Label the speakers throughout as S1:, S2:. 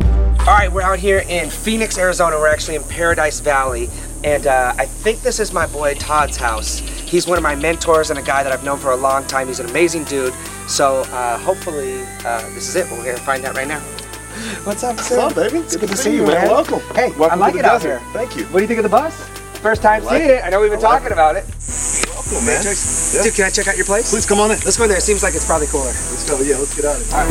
S1: right, we're out here in Phoenix, Arizona. We're actually in Paradise Valley. And uh, I think this is my boy Todd's house. He's one of my mentors and a guy that I've known for a long time. He's an amazing dude. So uh, hopefully uh, this is it. We're going to find out right now. What's up, sir?
S2: What's up, baby?
S1: It's good, to see you, man.
S2: Welcome.
S1: Hey,
S2: Welcome
S1: I like
S2: to
S1: it
S2: the
S1: out
S2: desert.
S1: here.
S2: Thank you.
S1: What do you think of the bus? First time
S2: like
S1: seeing it.
S2: it.
S1: I know we've been
S2: I like
S1: talking about it.
S2: Welcome, Oh, man. Yeah.
S1: Dude, can I check out your place?
S2: Please come on in.
S1: Let's go in there. It seems like it's probably cooler.
S2: Let's go. Yeah, let's get out of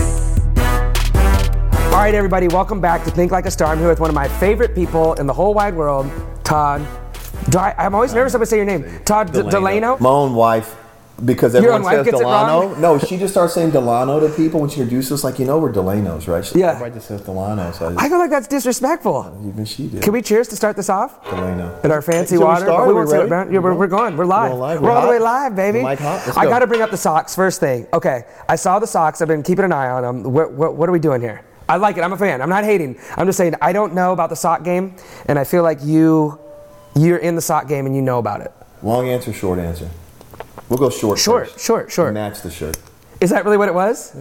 S2: here.
S1: All right, everybody, welcome back to Think Like a Star. I'm here with one of my favorite people in the whole wide world, Todd. Di- I'm always nervous when I say your name. Todd D- Delano.
S3: My own wife, because
S1: Your
S3: everyone
S1: own wife
S3: says
S1: gets it
S3: Delano.
S1: wrong?
S3: No, she just starts saying Delano to people when she introduces us. Like, you know, we're Delanos, right? She's like,
S1: Yeah.
S3: Everybody just says Delano. So I just,
S1: I feel like that's disrespectful.
S3: even she did.
S1: Can we cheers to start this off?
S3: Delano.
S1: In our fancy
S3: Should we
S1: water,
S3: start?
S1: but we
S3: Are we
S1: won't say it,
S3: ready?
S1: man. Yeah, we're, we're going. We're live.
S3: going live.
S1: We're
S3: We're
S1: all the way
S3: hot?
S1: live, baby.
S3: The mic hot? Let's
S1: I
S3: go.
S1: got to bring up the socks first thing. Okay, I saw the socks. I've been keeping an eye on them. What, what, what are we doing here? I like it. I'm a fan. I'm not hating. I'm just saying I don't know about the sock game, and I feel like you, you're in the sock game and you know about it.
S3: Long answer, short answer. We'll go short.
S1: Short,
S3: first.
S1: short, short.
S3: Match the shirt.
S1: Is that really what it was?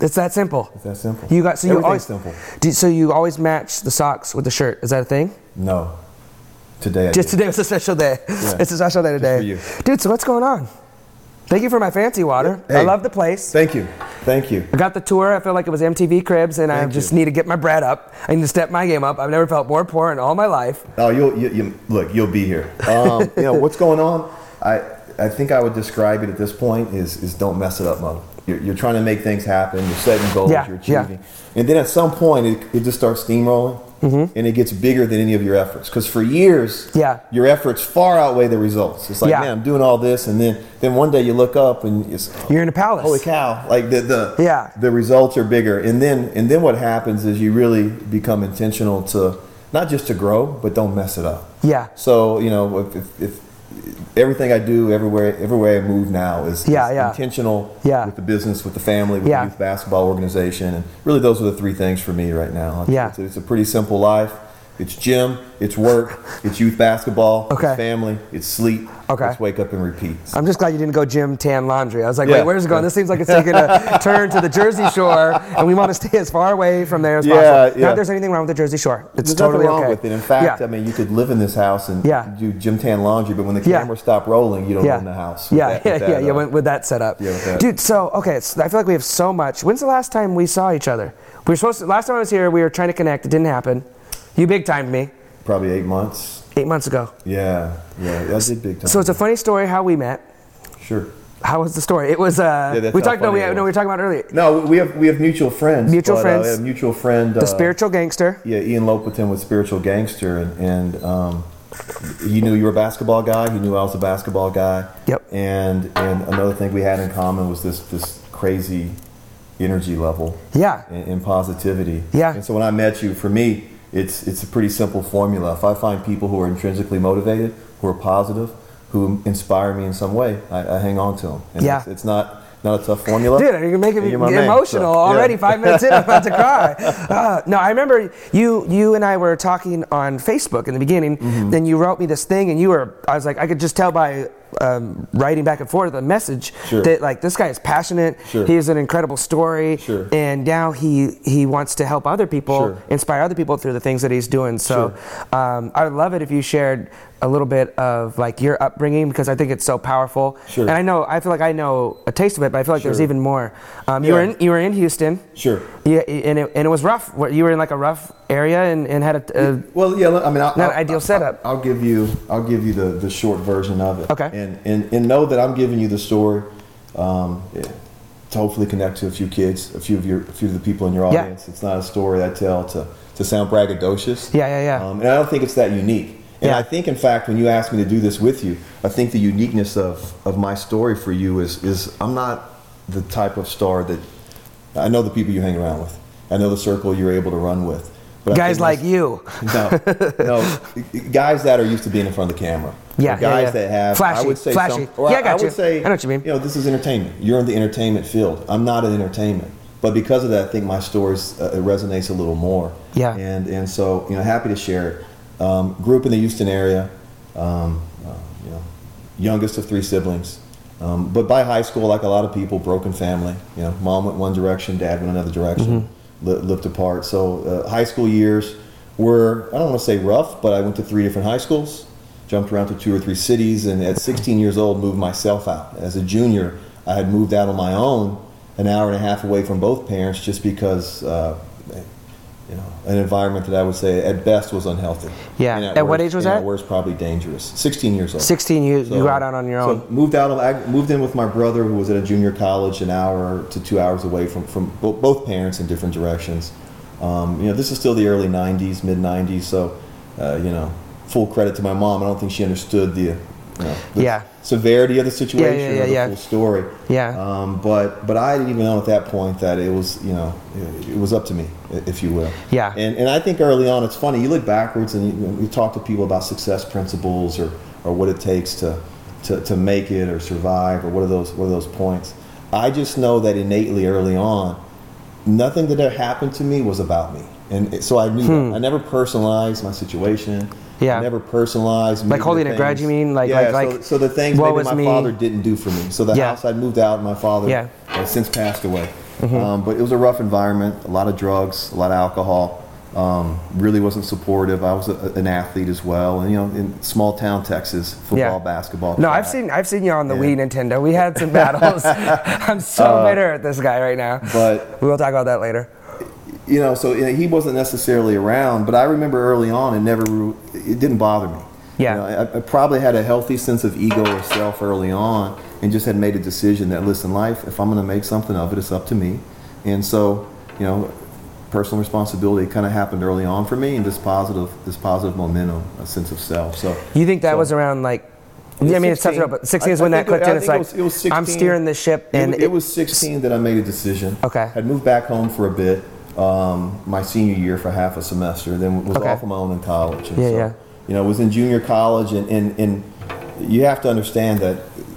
S1: It's that simple. It's
S3: that simple.
S1: You got so you always
S3: Everything's simple.
S1: Do, so you always match the socks with the shirt. Is that a thing?
S3: No. Today. I
S1: Just
S3: did.
S1: today was a special day. It's a special day today,
S3: for you.
S1: dude. So what's going on? Thank you for my fancy water. I
S3: Hey.
S1: love the place.
S3: Thank you. Thank you.
S1: I got the tour. I feel like it was MTV Cribs, and I
S3: Thank
S1: just
S3: you.
S1: need to get my bread up. I need to step my game up. I've never felt more poor in all my life.
S3: Oh, you'll you, you, look. You'll be here. Um, you know what's going on. I I think I would describe it at this point is is don't mess it up, mother. You're, you're trying to make things happen. You're setting goals.
S1: Yeah,
S3: you're
S1: yeah.
S3: achieving, and then at some point it, it just starts steamrolling, and it gets bigger than any of your efforts. Because for years,
S1: Mm-hmm. Yeah.
S3: your efforts far outweigh the results. It's like,
S1: Yeah.
S3: man, I'm doing all this, and then then one day you look up and it's
S1: You're in a palace.
S3: holy cow like the the
S1: Yeah.
S3: the results are bigger and then and then what happens is you really become intentional to not just to grow but don't mess it up
S1: Yeah.
S3: so you know if, if, if everything i do everywhere everywhere i move now is, is
S1: Yeah, yeah.
S3: intentional
S1: Yeah.
S3: with the business with the family with
S1: Yeah.
S3: the youth basketball organization and really those are the three things for me right now
S1: Yeah.
S3: it's, it's a pretty simple life it's gym it's work it's youth basketball
S1: Okay.
S3: it's family it's sleep
S1: Okay.
S3: it's wake up and repeat
S1: I'm just glad you didn't go gym tan laundry. I was like,
S3: Yeah.
S1: wait, where's it going? This seems like it's taking a turn to the Jersey Shore, and we want to stay as far away from there as
S3: Yeah,
S1: possible. Not
S3: yeah.
S1: that there's anything wrong with the Jersey Shore. It's
S3: There's
S1: totally
S3: nothing wrong
S1: okay.
S3: with it. In fact,
S1: yeah.
S3: I mean, you could live in this house and
S1: Yeah.
S3: do gym tan laundry, but when the
S1: Yeah.
S3: camera stop rolling, you don't
S1: yeah.
S3: own the house. with
S1: Yeah,
S3: that-
S1: yeah,
S3: with that,
S1: yeah, yeah.
S3: uh,
S1: With, with that setup,
S3: yeah, with that.
S1: dude. So okay, so I feel like we have so much. When's the last time we saw each other? We were supposed to. Last time I was here, we were trying to connect. It didn't happen. You big timed me
S3: probably eight months.
S1: eight months ago.
S3: Yeah, yeah, that did big time.
S1: So it's a funny story how we met.
S3: sure.
S1: How was the story? It was. Uh,
S3: Yeah, that's
S1: we
S3: how
S1: talked. No, we,
S3: funny it
S1: no,
S3: was.
S1: we were talking about it earlier.
S3: No, we have we have mutual friends.
S1: Mutual
S3: but, uh,
S1: friends.
S3: we have mutual friend. uh,
S1: The spiritual gangster.
S3: Yeah, Ian Lopatin was spiritual gangster, and, and um, he knew you were a basketball guy. He knew I was a basketball guy.
S1: Yep.
S3: And and another thing we had in common was this this crazy energy level.
S1: Yeah.
S3: And, and positivity.
S1: Yeah.
S3: And so when I met you, for me, it's it's a pretty simple formula. If I find people who are intrinsically motivated, who are positive, who inspire me in some way, I, I hang on to them. And
S1: Yeah.
S3: It's, it's not not a tough formula.
S1: Dude, you're making me
S3: You're my man,
S1: emotional
S3: so, yeah.
S1: already. Five minutes in, I'm about to cry. Uh, no, I remember you you and I were talking on Facebook in the beginning.
S3: Mm-hmm.
S1: Then you wrote me this thing, and you were I was like I could just tell by um, writing back and forth a message
S3: Sure.
S1: that like this guy is passionate.
S3: Sure.
S1: He has an incredible story,
S3: Sure.
S1: and now he he wants to help other people,
S3: Sure.
S1: inspire other people through the things that he's doing. So um, I would love it if you shared. A little bit of like your upbringing because I think it's so powerful,
S3: Sure.
S1: and I know I feel like I know a taste of it, but I feel like there's
S3: Sure.
S1: even more. Um, you were
S3: Yeah.
S1: in you were in Houston.
S3: Sure.
S1: Yeah, and it, and it was rough. What- You were in like a rough area and, and had a, a
S3: Well, yeah. I mean, I'll,
S1: Not
S3: I'll-
S1: an ideal
S3: I'll-
S1: setup.
S3: I'll give you. I'll give you the, the short version of it.
S1: Okay.
S3: And and, and know that I'm giving you the story, um, eh, to hopefully connect to a few kids, a few of your, a few of the people in your
S1: Yeah.
S3: audience. It's not a story I tell to to sound braggadocious.
S1: Yeah, yeah, yeah.
S3: Um, and I don't think it's that unique. And
S1: Yeah.
S3: I think, in fact, when you asked me to do this with you, I think the uniqueness of of my story for you is is I'm not the type of star that I know the people you hang around with. I know the circle you're able to run with. But I
S1: guys
S3: think my
S1: like you.
S3: no, no. Guys that are used to being in front of the camera.
S1: Yeah,
S3: Or
S1: yeah,
S3: guys
S1: yeah.
S3: that have.
S1: Flashy,
S3: I would say
S1: flashy.
S3: Some, or
S1: Yeah, I got
S3: would
S1: you.
S3: say.
S1: I know what you mean.
S3: You know, this is entertainment. You're in the entertainment field. I'm not in entertainment, but because of that, I think my story uh, it resonates a little more.
S1: Yeah.
S3: And and so you know, happy to share it. Um, grew up in the Houston area. Um, uh, you know, youngest of three siblings. Um, but by high school, like a lot of people, broken family. You know, mom went one direction, dad went another direction. li- lived apart. So uh, high school years were I don't want to say rough, but I went to three different high schools, jumped around to two or three cities, and at 16 years old moved myself out. As a junior, I had moved out on my own, an hour and a half away from both parents, just because. Uh, you know, an environment that I would say at best was unhealthy.
S1: Yeah.
S3: And
S1: At what
S3: worst-
S1: age was
S3: and At
S1: that?
S3: worst, probably dangerous. 16 years old.
S1: 16 years, you
S3: So-
S1: got out on your
S3: so
S1: own.
S3: moved out. of- I moved in with my brother, who was at a junior college, an hour to two hours away from from bo- both parents in different directions. Um, you know, this is still the early '90s, mid '90s. So, uh, you know, full credit to my mom. I don't think she understood the, you know, the
S1: Yeah.
S3: severity of the situation
S1: yeah,
S3: or the
S1: yeah.
S3: full story.
S1: Yeah.
S3: Um, but but I didn't even know at that point that it was you know it, it was up to me, i- if you will.
S1: Yeah.
S3: And, and I think early on, it's funny. You look backwards and you, you talk to people about success principles or, or what it takes to, to, to make it or survive or what are those what are those points. I just know that innately early on, nothing that ever happened to me was about me, and it- so I knew. That. I never personalized my situation.
S1: Hmm. Yeah.
S3: I never personalized.
S1: Like
S3: major
S1: holding a grudge, you
S3: things.
S1: mean? Like-
S3: yeah,
S1: like-
S3: so,
S1: like,
S3: so the things
S1: what
S3: maybe
S1: was
S3: my
S1: me?
S3: father didn't do for me. So the
S1: Yeah.
S3: house I moved out, my father
S1: Yeah. Mm-hmm.
S3: has since passed away. Um, but it was a rough environment, a lot of drugs, a lot of alcohol. Um, really wasn't supportive. I was a, an athlete as well, and you know, in small town Texas, football,
S1: Yeah.
S3: basketball.
S1: No, I've
S3: track.
S1: seen I've seen you on the Wii Nintendo. We had some battles. I'm so bitter at this guy right now.
S3: Uh, but-
S1: we will talk about that later.
S3: you know, so you know, he wasn't necessarily around, but I remember early on, it never, re- it didn't bother me.
S1: Yeah.
S3: You know, I, I probably had a healthy sense of ego or self early on and just had made a decision that, listen, life, if I'm going to make something of it, it's up to me. And so, you know, personal responsibility kind of happened early on for me and this positive, this positive momentum, a sense of self. So
S1: You think that was around like? I mean, it's tough to know,
S3: 16.
S1: but 16 is
S3: I- I
S1: when that
S3: think it-
S1: clicked
S3: I
S1: in. It's
S3: think
S1: like
S3: it was- it was
S1: I'm
S3: 16.
S1: steering the ship,
S3: It
S1: and
S3: w- it, was 16 that I made a decision.
S1: Okay.
S3: I'd moved back home for a bit, um, my senior year for half a semester, then was
S1: Okay.
S3: off on my own in college. And
S1: Yeah, yeah.
S3: You know, was in junior college, and, and, and you have to understand that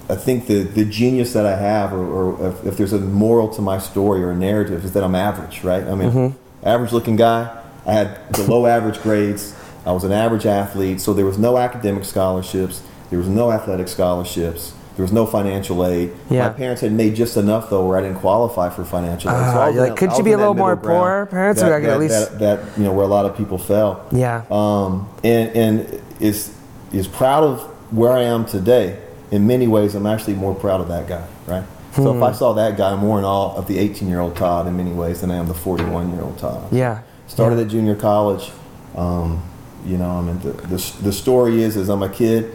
S3: I think the, the genius that I have, or, or if, if there's a moral to my story or a narrative, is that I'm average, right? I mean,
S1: Mm-hmm.
S3: average looking guy. I had below average grades. I was an average athlete, so there was no academic scholarships. There was no athletic scholarships. There was no financial aid.
S1: Yeah.
S3: My parents had made just enough though, where I didn't qualify for financial aid.
S1: Ah,
S3: I was
S1: you're
S3: in
S1: like,
S3: that-
S1: could
S3: I
S1: you
S3: was
S1: be
S3: in
S1: a
S3: that
S1: little more
S3: middle ground
S1: poor, parents, so
S3: That,
S1: I could at
S3: that-
S1: least-
S3: that, that, you know where a lot of people fell.
S1: Yeah.
S3: Um, and and is is proud of where I am today. In many ways, I'm actually more proud of that guy. Right. So if
S1: Hmm.
S3: I saw that guy, I'm more in awe of the 18 year old Todd in many ways than I am the 41 year old Todd.
S1: yeah,
S3: Started at junior college. Um, you know, I mean, the, the, the story is, is I'm a kid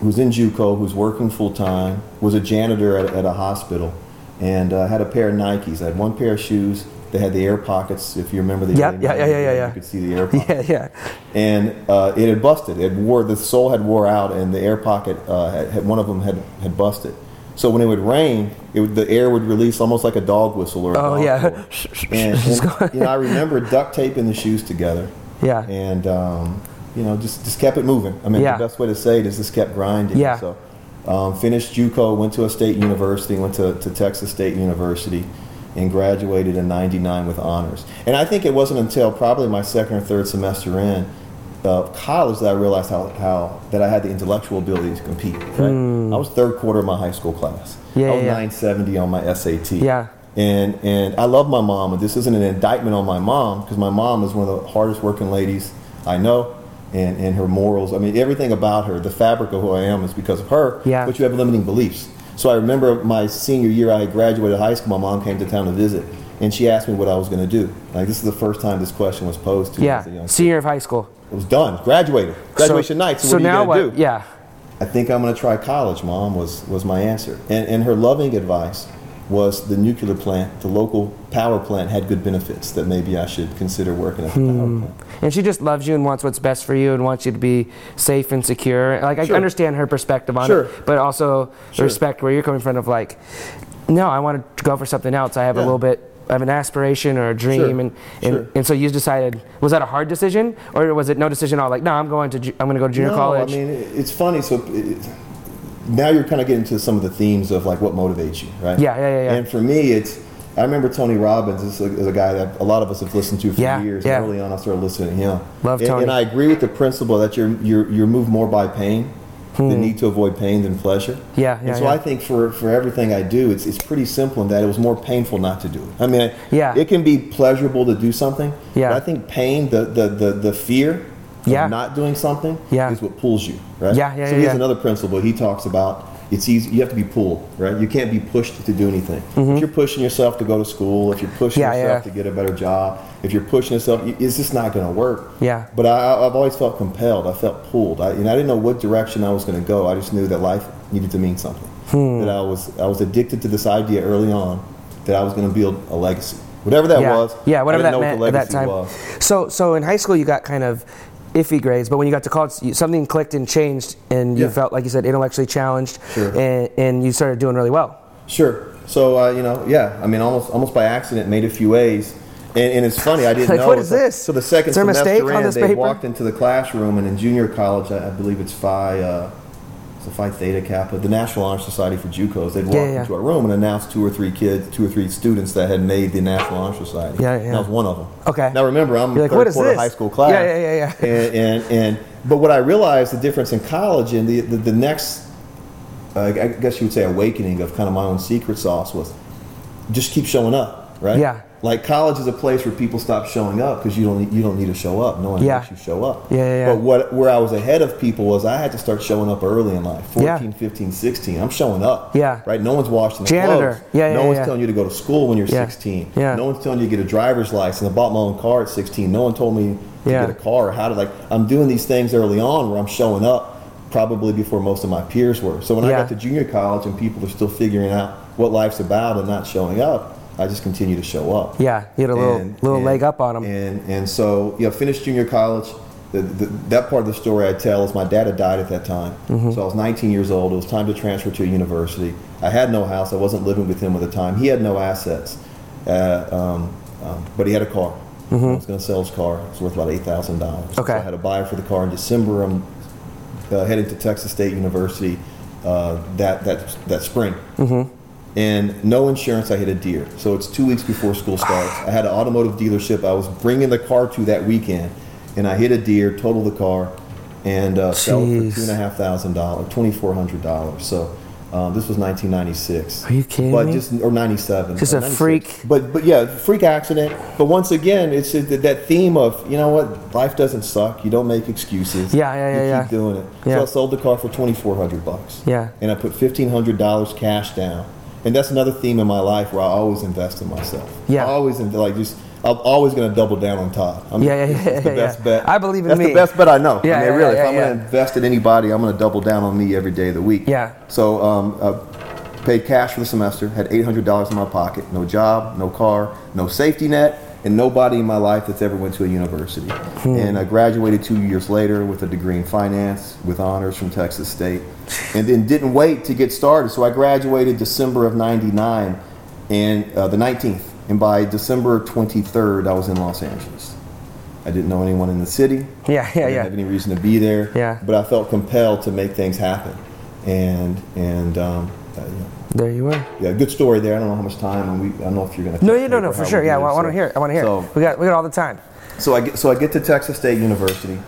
S3: who's in JUCO, who's working full time, was a janitor at, at a hospital, and uh, had a pair of Nikes. I had one pair of shoes. They had the air pockets. If you remember the
S1: Yeah,
S3: early
S1: yeah, yeah,
S3: 90s,
S1: yeah, yeah, yeah.
S3: You could see the air pockets
S1: yeah, yeah,
S3: and uh, it had busted. It wore the sole had wore out, and the air pocket uh, had, had one of them had, had busted. So when it would rain, it would, the air would release almost like a dog whistle or a
S1: Oh,
S3: dog
S1: yeah.
S3: roar. and, and, you know, I remember duct taping the shoes together.
S1: Yeah.
S3: and um, you know just just kept it moving. I mean,
S1: Yeah.
S3: the best way to say it is just kept grinding.
S1: Yeah.
S3: So um, finished JUCO, went to a state university, went to, to Texas State University, and graduated in '99 with honors. And I think it wasn't until probably my second or third semester in uh, college that I realized how, how that I had the intellectual ability to compete. Right? I was third quarter of my high school class.
S1: Hmm. Yeah,
S3: I was
S1: yeah, yeah.
S3: 970 on my SAT.
S1: Yeah.
S3: And and I love my mom, and this isn't an indictment on my mom because my mom is one of the hardest working ladies I know, and, and her morals. I mean, everything about her, the fabric of who I am, is because of her.
S1: Yeah.
S3: But you have limiting beliefs. So I remember my senior year, I had graduated high school. My mom came to town to visit, and she asked me what I was going to do. Like this is the first time this question was posed to me. as a
S1: yeah.
S3: young
S1: Senior of high school.
S3: kid. It was done. Graduated. Graduation night. So, what
S1: now
S3: are you going
S1: what?
S3: to do?
S1: Yeah,
S3: I think I'm going to try college, mom, was, was my answer. And, and her loving advice was the nuclear plant, the local power plant had good benefits that maybe I should consider working at the power plant.
S1: and she just loves you and wants what's best for you and wants you to be safe and secure. Like I
S3: Sure.
S1: understand her perspective on
S3: Sure.
S1: it, but also
S3: Sure.
S1: respect where you're coming from. Of like, no, I want to go for something else. I have a
S3: Yeah.
S1: little bit of an aspiration or a dream,
S3: Sure.
S1: and and,
S3: Sure.
S1: and so you decided. Was that a hard decision, or was it no decision at all? Like, no, I'm going to ju- I'm going to go to junior
S3: no,
S1: college.
S3: I mean, it- it's funny. So it, now you're kind of getting to some of the themes of like what motivates you, right?
S1: Yeah, yeah, yeah, yeah.
S3: And for me, it's I remember Tony Robbins is a, is a guy that a lot of us have listened to for
S1: Yeah,
S3: years.
S1: yeah.
S3: And early on, I started listening to him.
S1: Love
S3: and,
S1: Tony.
S3: And I agree with the principle that you're you're you're moved more by pain the need to avoid pain than pleasure.
S1: Hmm. Yeah, yeah,
S3: And so
S1: yeah.
S3: I think for, for everything I do, it's, it's pretty simple in that it was more painful not to do it. I mean, I-
S1: Yeah.
S3: it can be pleasurable to do something.
S1: Yeah.
S3: But I think pain, the, the, the, the fear
S1: Yeah.
S3: of not doing something
S1: Yeah.
S3: is what pulls you, right?
S1: Yeah, yeah,
S3: So
S1: yeah,
S3: here's
S1: yeah.
S3: another principle he talks about. It's easy. You have to be pulled, right? You can't be pushed to do anything. If you're pushing yourself to go to school, if you're pushing
S1: Mm-hmm. Yeah,
S3: yourself
S1: yeah.
S3: to get a better job, if you're pushing yourself, y- it's just not going to work.
S1: Yeah.
S3: But I- I, I've always felt compelled. I felt pulled. I, and I didn't know what direction I was going to go. I just knew that life needed to mean something.
S1: Hmm.
S3: That I was I was addicted to this idea early on that I was going to build a legacy, whatever that
S1: yeah.
S3: was.
S1: Yeah, whatever that
S3: I didn't know
S1: meant
S3: what
S1: at
S3: the
S1: that
S3: legacy
S1: time.
S3: was.
S1: So, so in high school you got kind of iffy grades, but when you got to college, you- something clicked and changed, and you
S3: Yeah.
S1: felt like you said intellectually challenged,
S3: Sure.
S1: and, and you started doing really well.
S3: Sure. So uh, you know, yeah. I mean, almost almost by accident, made a few A's, and, and it's funny. I didn't
S1: Like,
S3: know.
S1: what is this?
S3: So the second
S1: Is there a
S3: semester
S1: mistake on
S3: in,
S1: this
S3: they
S1: paper?
S3: walked into the classroom, and in junior college, I, I believe it's Phi, uh, it's a Phi Theta Kappa, the National Honor Society for JUCOs. They'd walk
S1: Yeah, yeah.
S3: into our room and announce two or three kids, two or three students that had made the National Honor Society.
S1: Yeah,
S3: And
S1: yeah.
S3: I was one of them.
S1: Okay.
S3: Now remember, I'm
S1: You're like,
S3: third
S1: what is
S3: quarter
S1: this?
S3: high school class.
S1: Yeah, yeah, yeah, yeah.
S3: And, and and but what I realized the difference in college and the the, the next uh, I guess you would say awakening of kind of my own secret sauce was just keep showing up, right?
S1: Yeah.
S3: Like college is a place where people stop showing up because you don't need, you don't need to show up. No one
S1: Yeah.
S3: makes you show up.
S1: Yeah, yeah, yeah.
S3: But what where I was ahead of people was I had to start showing up early in life. 14,
S1: Yeah.
S3: 15, 16. I'm showing up.
S1: Yeah.
S3: Right? No one's washing the
S1: Janitor.
S3: clothes.
S1: Yeah, yeah,
S3: No
S1: yeah,
S3: one's
S1: yeah.
S3: telling you to go to school when you're
S1: Yeah.
S3: 16.
S1: Yeah.
S3: No one's telling you to get a driver's license. I bought my own car at 16. No one told me to
S1: Yeah.
S3: get a car or how to like I'm doing these things early on where I'm showing up probably before most of my peers were. So when I
S1: Yeah.
S3: got to junior college and people are still figuring out what life's about and not showing up, I just continue to show up.
S1: Yeah, you had a little
S3: And-
S1: little
S3: and-
S1: leg up on them.
S3: And and so you know, finished junior college. The, the, that part of the story I tell is my dad had died at that time,
S1: Mm-hmm.
S3: so I was 19 years old. It was time to transfer to a university. I had no house. I wasn't living with him at the time. He had no assets, uh, um, um, but he had a car. I was going to sell his car. It was worth about eight thousand dollars.
S1: Mm-hmm. Okay.
S3: I had a buyer for the car in December. I'm uh, heading to Texas State University uh, that that that spring. Mm-hmm. And no insurance, I hit a deer. So it's two weeks before school starts. I had an automotive dealership I was bringing the car to that weekend, and I hit a deer, total the car, and uh, sell it
S1: Jeez.
S3: for two and a half thousand dollars, twenty four hundred dollars. So um, this was nineteen ninety six.
S1: Are you kidding
S3: But
S1: me?
S3: just or ninety seven.
S1: Just
S3: or
S1: a
S3: 96.
S1: freak.
S3: But but yeah, freak accident. But once again, it's just that- that theme of you know what, life doesn't suck. You don't make excuses.
S1: Yeah, yeah,
S3: You
S1: yeah,
S3: keep
S1: yeah.
S3: doing it.
S1: Yeah.
S3: So I sold the car for twenty four hundred bucks.
S1: Yeah.
S3: And I put fifteen hundred dollars cash down. And that's another theme in my life where I always invest in myself.
S1: Yeah.
S3: I always in, like just I'm always going to double down on Todd. I mean,
S1: Yeah, yeah, yeah,
S3: it's- It's the
S1: yeah,
S3: best
S1: yeah.
S3: bet.
S1: I believe in
S3: that's
S1: me.
S3: the best bet I know.
S1: Yeah,
S3: I mean,
S1: yeah,
S3: really,
S1: yeah,
S3: if I'm
S1: yeah,
S3: going to invest in anybody, I'm going to double down on me every day of the week.
S1: Yeah.
S3: So um, I paid cash for the semester, had $800 in my pocket, no job, no car, no safety net, and nobody in my life that's ever went to a university. And I graduated two years later with a degree in finance with honors from Texas State, and then didn't wait to get started. So I graduated December of 99 and uh, the 19th. And by December 23rd, I was in Los Angeles. I didn't know anyone in the city.
S1: Yeah, yeah,
S3: I didn't
S1: yeah.
S3: Have any reason to be there.
S1: Yeah.
S3: But I felt compelled to make things happen, and and um, uh, you know,
S1: There you were.
S3: yeah, good story there. I don't know how much time, and we I don't know if you're gonna.
S1: No,
S3: cut
S1: you don't
S3: tape
S1: know
S3: or
S1: for
S3: how
S1: sure.
S3: we
S1: Yeah,
S3: do
S1: I
S3: this,
S1: want to
S3: so-
S1: hear. it. I want to hear. it.
S3: So
S1: we got we got all the time.
S3: so I get so I get to Texas State University,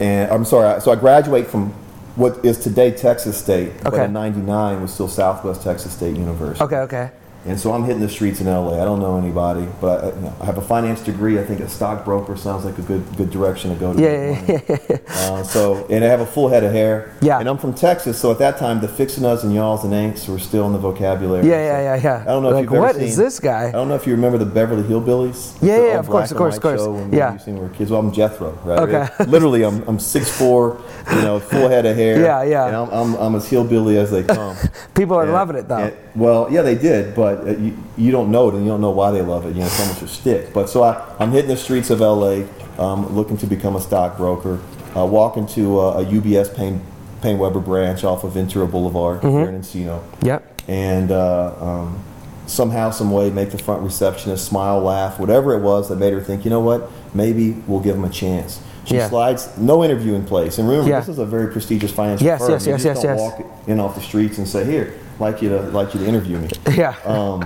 S3: and I'm sorry. I- So I graduate from what is today Texas State, but
S1: Okay.
S3: in '99 was still Southwest Texas State University.
S1: Okay, okay.
S3: And so I'm hitting the streets in LA. I don't know anybody, but I, you know, I have a finance degree. I think a stockbroker sounds like a good good direction to go to.
S1: Yeah, yeah, yeah,
S3: Uh, so, and I have a full head of hair.
S1: Yeah.
S3: And I'm from Texas, so at that time, the fixin' us and y'alls and ain'ts were still in the vocabulary.
S1: Yeah, yeah, yeah, yeah.
S3: I don't know
S1: Like,
S3: if you've ever
S1: what
S3: seen.
S1: is this guy?
S3: I don't know if you remember the Beverly Hillbillies.
S1: Yeah,
S3: The
S1: yeah,
S3: old
S1: of course,
S3: black
S1: of course, of
S3: and white
S1: course.
S3: show when we
S1: Yeah.
S3: used to when we were kids. Well, I'm Jethro, right?
S1: Okay.
S3: It- literally, I'm I'm six four, you know, full head of hair.
S1: Yeah, yeah.
S3: And I'm I'm, I'm as hillbilly as they come.
S1: People are
S3: And-
S1: loving it though.
S3: and- well, yeah, they did, but uh, you, you don't know it, and you don't know why they love it. You know, it's almost a stick. But so I, I'm hitting the streets of LA, um, looking to become a stockbroker. Uh, walk into a, a UBS Payne, Payne Weber branch off of Ventura Boulevard
S1: Mm-hmm.
S3: here in Encino,
S1: Yep.
S3: and uh, um, somehow, some way, make the front receptionist smile, laugh, whatever it was that made her think, you know what, maybe we'll give him a chance. She
S1: Yeah.
S3: slides, no interview in place, and remember,
S1: Yeah.
S3: this is a very prestigious financial
S1: Yes,
S3: firm.
S1: yes,
S3: You
S1: yes, yes,
S3: just don't
S1: yes.
S3: walk in off the streets and say, "Here, like you to like you to interview me."
S1: Yeah.
S3: Um,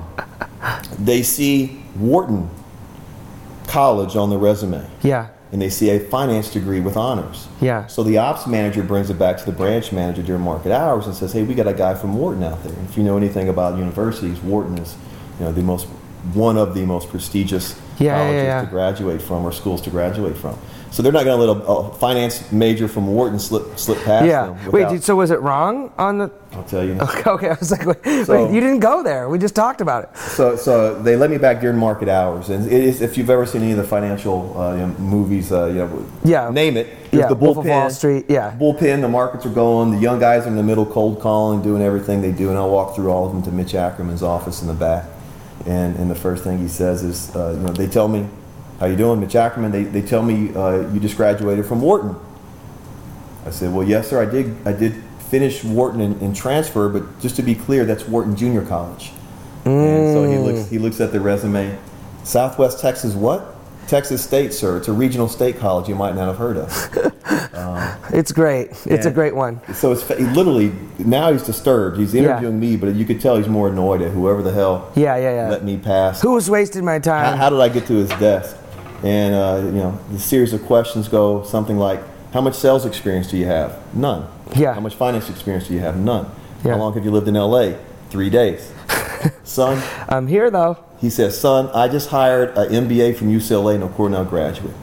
S3: they see Wharton College on the resume,
S1: yeah.
S3: and they see a finance degree with honors.
S1: Yeah.
S3: So the ops manager brings it back to the branch manager during market hours and says, "Hey, we got a guy from Wharton out there. If you know anything about universities, Wharton is, you know, the most one of the most prestigious
S1: Yeah, yeah,
S3: colleges
S1: yeah.
S3: to graduate from or schools to graduate from." So they're not going to let a, a finance major from Wharton slip slip past them.
S1: yeah. Wait,
S3: without-
S1: dude, so was it wrong on the?
S3: I'll tell you. now.
S1: Okay, okay. I was like, wait,
S3: So-
S1: wait, you didn't go there. We just talked about it.
S3: So, so they let me back during market hours, and it is, if you've ever seen any of the financial uh, you know, movies, uh, you know,
S1: Yeah.
S3: name it.
S1: Yeah,
S3: the
S1: Wolf
S3: bullpen,
S1: of Wall Street, yeah.
S3: bullpen. The markets are going. The young guys are in the middle, cold calling, doing everything they do, and I walk through all of them to Mitch Ackerman's office in the back, and and the first thing he says is, uh, you know, they tell me, how you doing, Mitch Ackerman? They they tell me uh, you just graduated from Wharton. I said, well, yes, sir, I did. I did finish Wharton and, and transfer, but just to be clear, that's Wharton Junior College. And so he looks he looks at the resume. Southwest Texas what? Texas State, sir. It's a regional state college you might not have heard of.
S1: It's great. It's a
S3: Yeah.
S1: great one.
S3: so it's fa- literally now he's disturbed. He's interviewing me, but you could tell he's more annoyed at whoever the hell
S1: Yeah, yeah, yeah.
S3: let me pass.
S1: Who's wasting my
S3: How,
S1: time?
S3: how did I get to his desk? And uh, you know, the series of questions go something like, "How much sales experience do you have? None.
S1: Yeah.
S3: How much finance experience do you have? None.
S1: Yeah.
S3: How long have you lived in L.A.? Three days. Son,
S1: I'm here though.
S3: he says, Son, I just hired an MBA from UCLA and a Cornell graduate.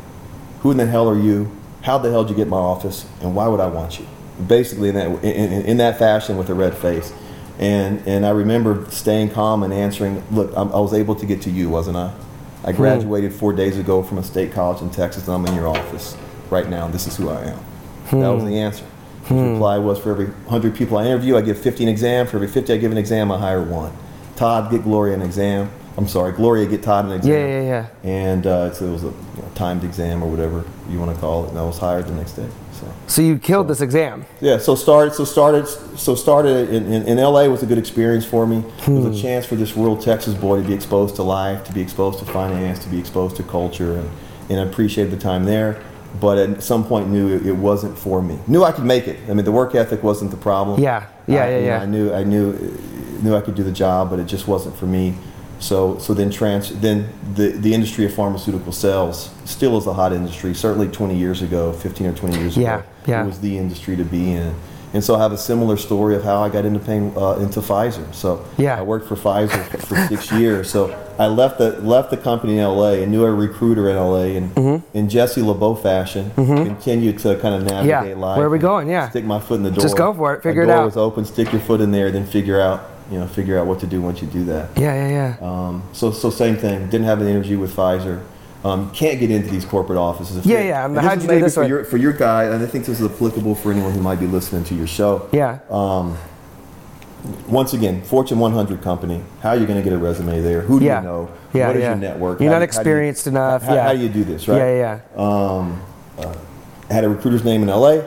S3: Who in the hell are you? How the hell did you get my office? And why would I want you? Basically, in that, in, in, in that fashion with a red face. And, and I remember staying calm and answering, Look, I'm, I was able to get to you, wasn't I? I
S1: Hmm.
S3: graduated four days ago from a state college in Texas, and I'm in your office right now. This is who I am. That
S1: Hmm.
S3: was the answer. His reply was for every 100 people I interview, I give 15 exams. For every 50 I give an exam, I hire one. Todd, get Gloria an exam. I'm sorry, Gloria, get Todd an exam.
S1: Yeah, yeah, yeah.
S3: And uh, so it was a you know, timed exam or whatever you want to call it, and I was hired the next day. So
S1: So you killed this exam.
S3: yeah, so started, so started, so started in, in, in LA was a good experience for me. It
S1: Hmm.
S3: was a chance for this rural Texas boy to be exposed to life, to be exposed to finance, to be exposed to culture, and, and I appreciated the time there. But at some point, knew it, it wasn't for me. Knew I could make it. I mean, the work ethic wasn't the problem.
S1: Yeah. Yeah,
S3: I,
S1: yeah,
S3: you know,
S1: yeah.
S3: I knew, I knew, knew I could do the job, but it just wasn't for me. So, so then trans, then the, the industry of pharmaceutical sales still is a hot industry. Certainly, 20 years ago, 15 or 20 years
S1: Yeah,
S3: ago,
S1: yeah.
S3: it was the industry to be in. And so I have a similar story of how I got into pain uh, into Pfizer. So
S1: Yeah.
S3: I worked for Pfizer for, for six years. So I left the left the company in L.A. and knew a recruiter in L.A. and
S1: Mm-hmm.
S3: in Jesse LeBeau fashion continued to kind of navigate life.
S1: Where are we
S3: and
S1: going? Mm-hmm. Yeah.
S3: stick my foot in the door.
S1: Just go for it.
S3: A
S1: Figure it
S3: door
S1: out.
S3: was open. Stick your foot in there, then figure out you know figure out what to do once you do that.
S1: Yeah, yeah, yeah.
S3: Um, so, so same thing. Didn't have an interview with Pfizer. Um, can't get into these corporate offices. If
S1: Yeah,
S3: you're-
S1: yeah, I mean,
S3: and
S1: how'd
S3: is
S1: you do
S3: maybe
S1: this
S3: for
S1: one?
S3: your for your guy? And I think this is applicable for anyone who might be listening to your show.
S1: yeah.
S3: um, Once again, Fortune 100 company. How are you going to get a resume there? Who do
S1: Yeah.
S3: you know?
S1: Yeah,
S3: what is
S1: yeah.
S3: your network?
S1: You're
S3: How-
S1: not
S3: how do you-
S1: experienced enough,
S3: How,
S1: yeah.
S3: how do you do this? Right. Uh,
S1: Yeah, yeah, yeah.
S3: had a recruiter's name in LA,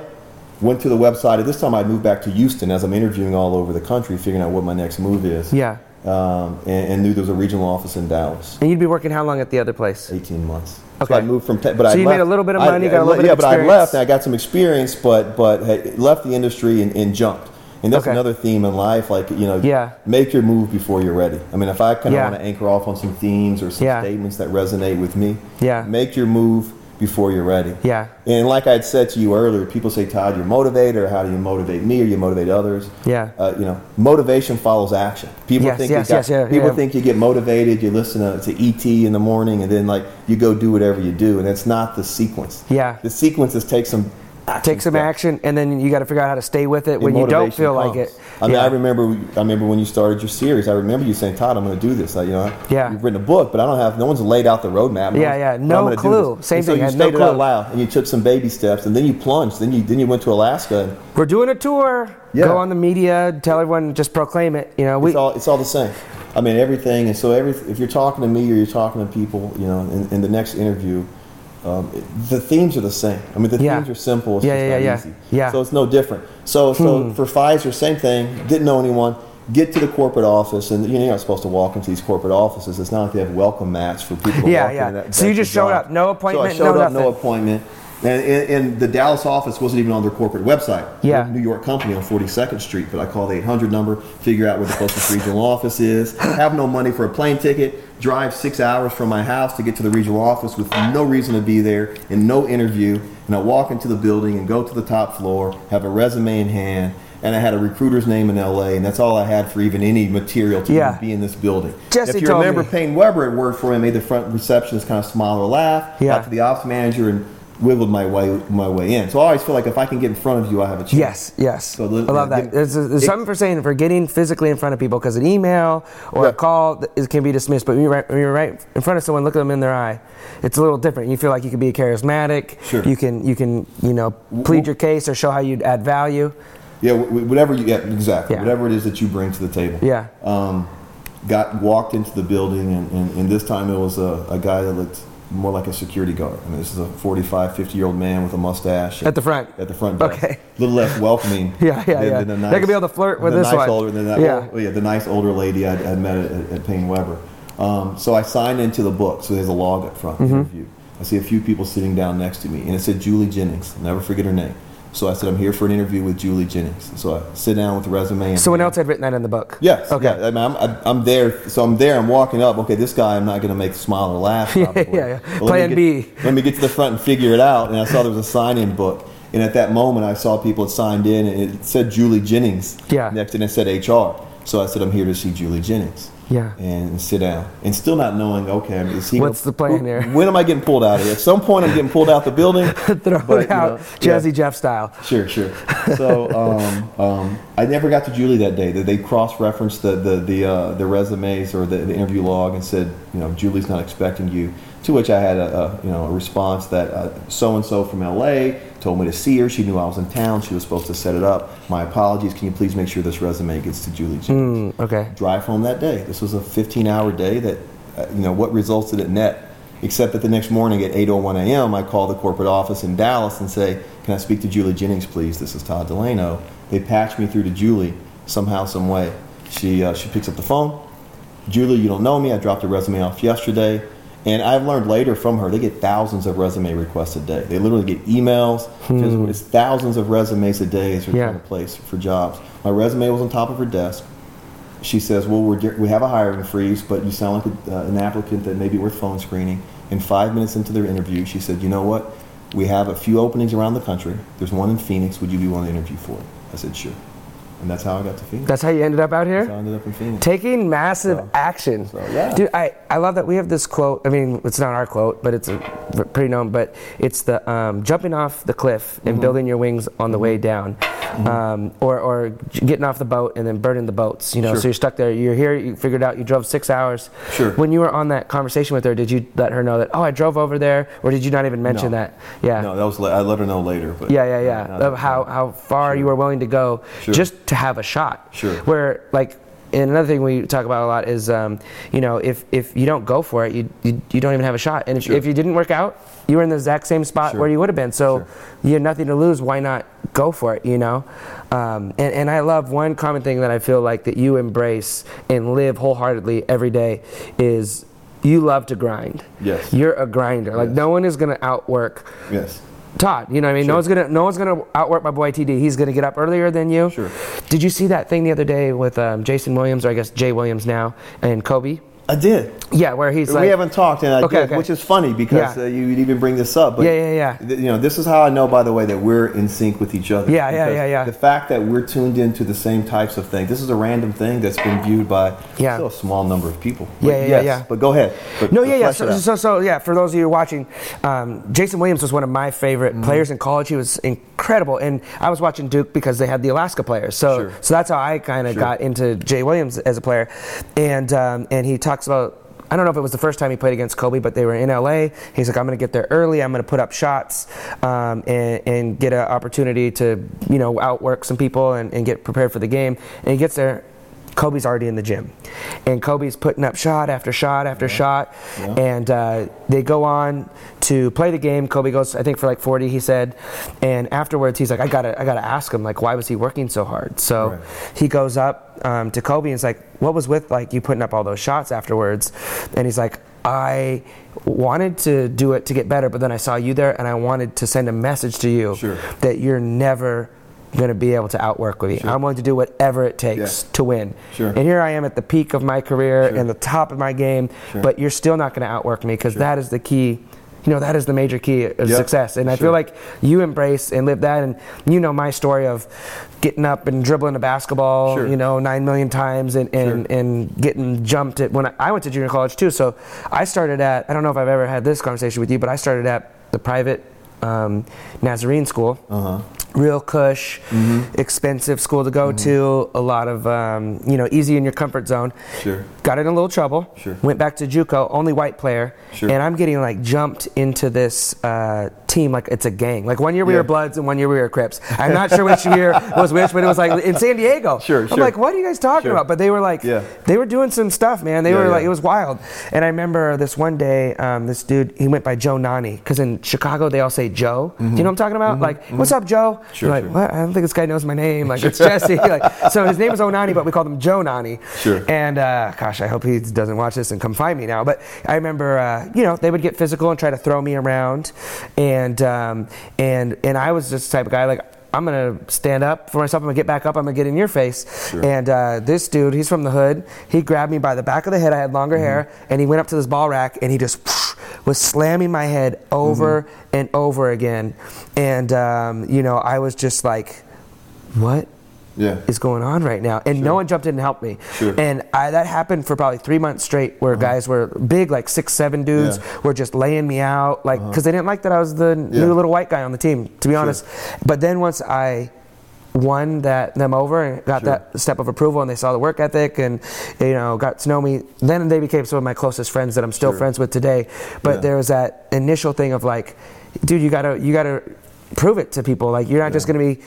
S3: went to the website. At this time, I moved back to Houston as I'm interviewing all over the country, figuring out what my next move is.
S1: Yeah.
S3: Um, and, and knew there was a regional office in Dallas.
S1: And you'd be working how long at the other place?
S3: 18 months.
S1: Okay.
S3: So I moved from, te- but
S1: So
S3: I
S1: you made
S3: left-
S1: a little bit of
S3: I-
S1: money, got a
S3: I
S1: little
S3: le-
S1: bit
S3: yeah,
S1: of
S3: but I
S1: experience.
S3: left and I got some experience, but but had left the industry and, and jumped. And that's
S1: Okay.
S3: another theme in life, like you know,
S1: Yeah.
S3: make your move before you're ready. I mean, if I kind of
S1: Yeah.
S3: want to anchor off on some themes or some
S1: Yeah.
S3: statements that resonate with me,
S1: Yeah.
S3: make your move before you're ready.
S1: Yeah.
S3: And like I had said to you earlier, people say, Todd, you're motivated, or how do you motivate me, or you motivate others?
S1: Yeah.
S3: Uh, you know, motivation follows action. People
S1: Yes,
S3: think
S1: yes,
S3: you got,
S1: yes, yeah,
S3: people
S1: yeah.
S3: think you get motivated, you listen to, to ET in the morning, and then like you go do whatever you do, and that's not the sequence.
S1: Yeah.
S3: The sequence is take some action
S1: Take some
S3: steps
S1: action, and then you got to figure out how to stay with it when you don't
S3: motivation
S1: feel like
S3: comes.
S1: it.
S3: I mean,
S1: yeah.
S3: I remember, I remember when you started your series. I remember you saying, "Todd, I'm going to do this." Like, you know,
S1: Yeah.
S3: you've written a book, but I don't have. No one's laid out the roadmap.
S1: Yeah,
S3: one's-
S1: yeah,
S3: but I'm
S1: no
S3: gonna do
S1: clue.
S3: this.
S1: Same
S3: And so
S1: thing, I
S3: You
S1: had no
S3: stated it out
S1: clue.
S3: loud, and you took some baby steps, and then you plunged. Then you then you went to Alaska. And
S1: We're doing a tour.
S3: Yeah.
S1: Go on the media, tell everyone, just proclaim it. You know, we.
S3: it's all it's all the same. I mean, everything. And so, every if you're talking to me or you're talking to people, you know, in, in the next interview. Um, it- the themes are the same. I mean, the
S1: Yeah.
S3: themes are simple. It's
S1: Yeah,
S3: just
S1: yeah,
S3: not
S1: yeah,
S3: easy.
S1: yeah. Hmm.
S3: So it's no different. So, so for Pfizer, same thing. Didn't know anyone. Get to the corporate office, and you know, you're not supposed to walk into these corporate offices. It's not like they have welcome mats for people. to
S1: Yeah,
S3: walk in
S1: yeah.
S3: and that-
S1: So you
S3: that's
S1: just
S3: your
S1: showed
S3: job.
S1: up. No appointment,
S3: So I showed
S1: no
S3: up, no
S1: nothing.
S3: appointment. And, and, and the Dallas office wasn't even on their corporate website.
S1: Yeah.
S3: We're a New York company on 42nd Street, but I call the 800 number, figure out where the closest regional office is, have no money for a plane ticket, drive six hours from my house to get to the regional office with no reason to be there and no interview. And I walk into the building and go to the top floor, have a resume in hand, and I had a recruiter's name in LA, and that's all I had for even any material to
S1: Yeah.
S3: even be in this building.
S1: Jesse
S3: if you
S1: told
S3: remember
S1: me.
S3: Payne Weber had worked for him, made the front receptionist kind of smile or laugh,
S1: Yeah.
S3: got to the ops manager and wiggled my way my way in. So I always feel like if I can get in front of you, I have a chance.
S1: Yes, yes. I
S3: So let-
S1: love that.
S3: give-
S1: There's, there's
S3: it-
S1: something for saying for getting physically in front of people because an email or a
S3: Yeah.
S1: call th- it can be dismissed, but when you're, right, when you're right in front of someone, look at them in their eye. It's a little different. You feel like you can be charismatic.
S3: Sure.
S1: You can you can you know plead your case or show how you'd add value.
S3: Yeah, wh- wh- whatever you, yeah, exactly.
S1: Yeah.
S3: Whatever it is that you bring to the table.
S1: Yeah.
S3: Um, got walked into the building, and, and, and this time it was a, a guy that looked more like a security guard. I mean, this is a 45, 50 year old man with a mustache.
S1: At the front.
S3: At the front. desk.
S1: Okay.
S3: A little less welcoming.
S1: Yeah, yeah, yeah.
S3: the
S1: They could be able to flirt with
S3: the
S1: this
S3: nice
S1: one.
S3: Older, than that,
S1: Yeah.
S3: well, yeah, the nice older lady I, I met at, at Payne Weber. Um, so I signed into the book. So there's a log up front.
S1: Mm-hmm.
S3: Interview. I see a few people sitting down next to me, and it said Julie Jennings. I'll never forget her name. So I said, I'm here for an interview with Julie Jennings. So I sit down with the resume. And
S1: Someone else had written that in the book.
S3: Yes.
S1: Okay.
S3: yeah, I mean, I'm, I- I'm there. So I'm there. I'm walking up. Okay, this guy I'm not going to make smile or laugh. probably.
S1: yeah, yeah.
S3: But let
S1: Plan
S3: me
S1: B.
S3: get- Let me get to the front and figure it out. And I saw there was a sign-in book. And at that moment, I saw people had signed in, and it said Julie Jennings.
S1: Yeah.
S3: Next, and it said HR. So I said, I'm here to see Julie Jennings.
S1: Yeah.
S3: And sit down. And still not knowing, okay, I mean, is he
S1: What's the plan here?
S3: When am I getting pulled out of here? At some point, I'm getting pulled out the building.
S1: Throw
S3: But,
S1: it
S3: you
S1: out,
S3: know, yeah.
S1: Jazzy Jeff style.
S3: Sure, sure. So um, um, I never got to Julie that day. They- They cross-referenced the the the, uh, the resumes or the, the interview log and said, you know, Julie's not expecting you. To which I had a, a you know a response that so and so from L.A. told me to see her. She knew I was in town. She was supposed to set it up. My apologies. Can you please make sure this resume gets to Julie? Jennings?
S1: Okay.
S3: drive home that day. This was a 15-hour day that, uh, you know, what results did it net? Except that the next morning at 8.01 a.m., I call the corporate office in Dallas and say, can I speak to Julie Jennings, please? This is Todd Delano. They patch me through to Julie somehow, some way. She, uh, she picks up the phone. Julie, you don't know me. I dropped a resume off yesterday. And I've learned later from her, they get thousands of resume requests a day. They literally get emails. Just, it's thousands of resumes a day as they're
S1: Yeah.
S3: trying to place for jobs. My resume was on top of her desk she says, "Well, we're, di- we have a hiring freeze, but you sound like a, uh, an applicant that may be worth phone screening." And five minutes into their interview, she said, "You know what? We have a few openings around the country. There's one in Phoenix. Would you be willing to interview for it?" I said, "Sure," and that's how I got to Phoenix.
S1: That's how you ended up out here.
S3: how I ended up in Phoenix.
S1: taking massive
S3: So-
S1: action.
S3: so, yeah.
S1: Dude, I, I love that we have this quote. I mean, it's not our quote, but it's a, pretty known. But it's the um, jumping off the cliff
S3: Mm-hmm.
S1: and building your wings on the way down, um, or or j- getting off the boat and then burning the boats. You know,
S3: Sure.
S1: so you're stuck there. You're here. You figured out. You drove six hours.
S3: Sure.
S1: When you were on that conversation with her, did you let her know that? Oh, I drove over there, or did you not even mention
S3: No.
S1: that? Yeah.
S3: No, that was la- I let her know later. But
S1: Yeah, yeah, yeah.
S3: Not-
S1: Of how, how far you are willing to go
S3: Sure.
S1: just to have a shot.
S3: Sure.
S1: Where like and another thing we talk about a lot is um, you know if, if you don't go for it you, you, you don't even have a shot and if,
S3: Sure.
S1: if you didn't work out you were in the exact same spot
S3: Sure.
S1: where you would have been so
S3: Sure.
S1: you have nothing to lose why not go for it you know um, and, and i love one common thing that i feel like that you embrace and live wholeheartedly every day is you love to grind
S3: Yes.
S1: you're a grinder like
S3: Yes.
S1: no one is going to outwork
S3: yes.
S1: Todd, you know what I mean? No
S3: Sure.
S1: one's gonna no one's gonna outwork my boy TD. He's gonna get up earlier than you.
S3: Sure.
S1: Did you see that thing the other day with um, Jason Williams, or I guess Jay Williams now, and Kobe?
S3: I did.
S1: Yeah, where he's like,
S3: we haven't talked, and I
S1: Okay,
S3: did,
S1: okay.
S3: which is funny because
S1: Yeah.
S3: uh, you would even bring this up. But
S1: Yeah, yeah, yeah.
S3: th- you know, this is how I know, by the way, that we're in sync with each other.
S1: Yeah, yeah,
S3: Because
S1: yeah, yeah.
S3: The fact that we're tuned into the same types of things. This is a random thing that's been viewed by
S1: Yeah.
S3: still a small number of people.
S1: Yeah,
S3: But
S1: yeah, yeah,
S3: yes,
S1: yeah.
S3: But go ahead. But-
S1: No,
S3: but
S1: yeah, yeah.
S3: flesh it
S1: So,
S3: out.
S1: so, so, yeah. For those of you watching, um, Jason Williams was one of my favorite
S3: Mm-hmm.
S1: players in college. He was incredible, and I was watching Duke because they had the Alaska players. So,
S3: Sure.
S1: so that's how I kind of
S3: Sure.
S1: got into Jay Williams as a player, and um, and he talks about. I don't know if it was the first time he played against Kobe, but they were in LA. He's like, I'm going to get there early. I'm going to put up shots um, and, and get an opportunity to, you know, outwork some people and, and get prepared for the game. And he gets there Kobe's already in the gym, and Kobe's putting up shot after shot after shot, and uh, they go on to play the game. Kobe goes, I think, for like 40, he said, and afterwards he's like, I gotta, I gotta ask him, like, why was he working so hard? So
S3: Right.
S1: he goes up um, to Kobe and is like, what was with like you putting up all those shots afterwards? And he's like, I wanted to do it to get better, but then I saw you there, and I wanted to send a message to you
S3: Sure.
S1: that you're never going to be able to outwork me. I'm willing to do whatever it takes
S3: Yeah.
S1: to win.
S3: Sure.
S1: And here I am at the peak of my career and the top of my game,
S3: Sure.
S1: but you're still not going to outwork me because that is the key. You know, that is the major key of
S3: Yep.
S1: success. And I
S3: Sure.
S1: feel like you embrace and live that. And you know my story of getting up and dribbling a basketball,
S3: Sure.
S1: you know, nine million times and, and,
S3: Sure.
S1: and getting jumped at when I, I went to junior college too. So I started at, I don't know if I've ever had this conversation with you, but I started at the private um, Nazarene school.
S3: Uh-huh.
S1: Real cush,
S3: Mm-hmm.
S1: expensive school to go to, a lot of, um, you know, easy in your comfort zone.
S3: Sure.
S1: Got in a little trouble.
S3: Sure.
S1: Went back to JUCO, only white player.
S3: Sure.
S1: And I'm getting like jumped into this uh, team like it's a gang. Like one year we
S3: Yeah.
S1: were Bloods and one year we were Crips. I'm not sure which year was which, but it was like in San Diego.
S3: Sure,
S1: I'm
S3: sure.
S1: like, what are you guys talking
S3: Sure.
S1: about? But they were like,
S3: Yeah.
S1: they were doing some stuff, man. They
S3: Yeah,
S1: were
S3: yeah.
S1: like, it was wild. And I remember this one day, um, this dude, he went by Joe Nani because in Chicago they all say Joe. Do you know what I'm talking about? Like, what's up, Joe?
S3: Mm-hmm. Sure,
S1: You're like,
S3: sure.
S1: what? I don't think this guy knows my name. Like, it's Jesse. like, so his name is Onani, but we called him Joe Nani.
S3: Sure.
S1: And uh, gosh, I hope he doesn't watch this and come find me now. But I remember, uh, you know, they would get physical and try to throw me around, and um, and and I was just the type of guy like. I'm gonna stand up for myself. I'm gonna get back up. I'm gonna get in your face. And uh, this dude, he's from the hood. He grabbed me by the back of the head. I had longer hair, and he went up to this ball rack and he just was slamming my head over and over again. And um, you know, I was just like, "What
S3: Yeah.
S1: is going on right now and no one jumped in and helped me
S3: Sure. Uh-huh.
S1: and I, that happened for probably three months straight where guys were big like six seven dudes
S3: Yeah. Uh-huh.
S1: were just laying me out like because they didn't like that i was the
S3: Yeah.
S1: new little white guy on the team to be honest but then once i won that them over and got
S3: Sure.
S1: that step of approval and they saw the work ethic and you know got to know me then they became some of my closest friends that i'm still
S3: Sure.
S1: friends with today but
S3: Yeah.
S1: there was that initial thing of like dude you gotta you gotta prove it to people like you're not just gonna be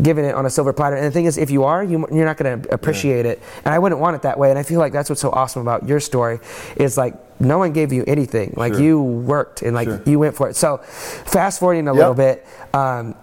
S1: giving it on a silver platter and the thing is if you are you, you're not going to appreciate it and i wouldn't want it that way and i feel like that's what's so awesome about your story is like no one gave you anything like
S3: Sure.
S1: you worked and like
S3: Sure.
S1: you went for it so fast forwarding a little bit um,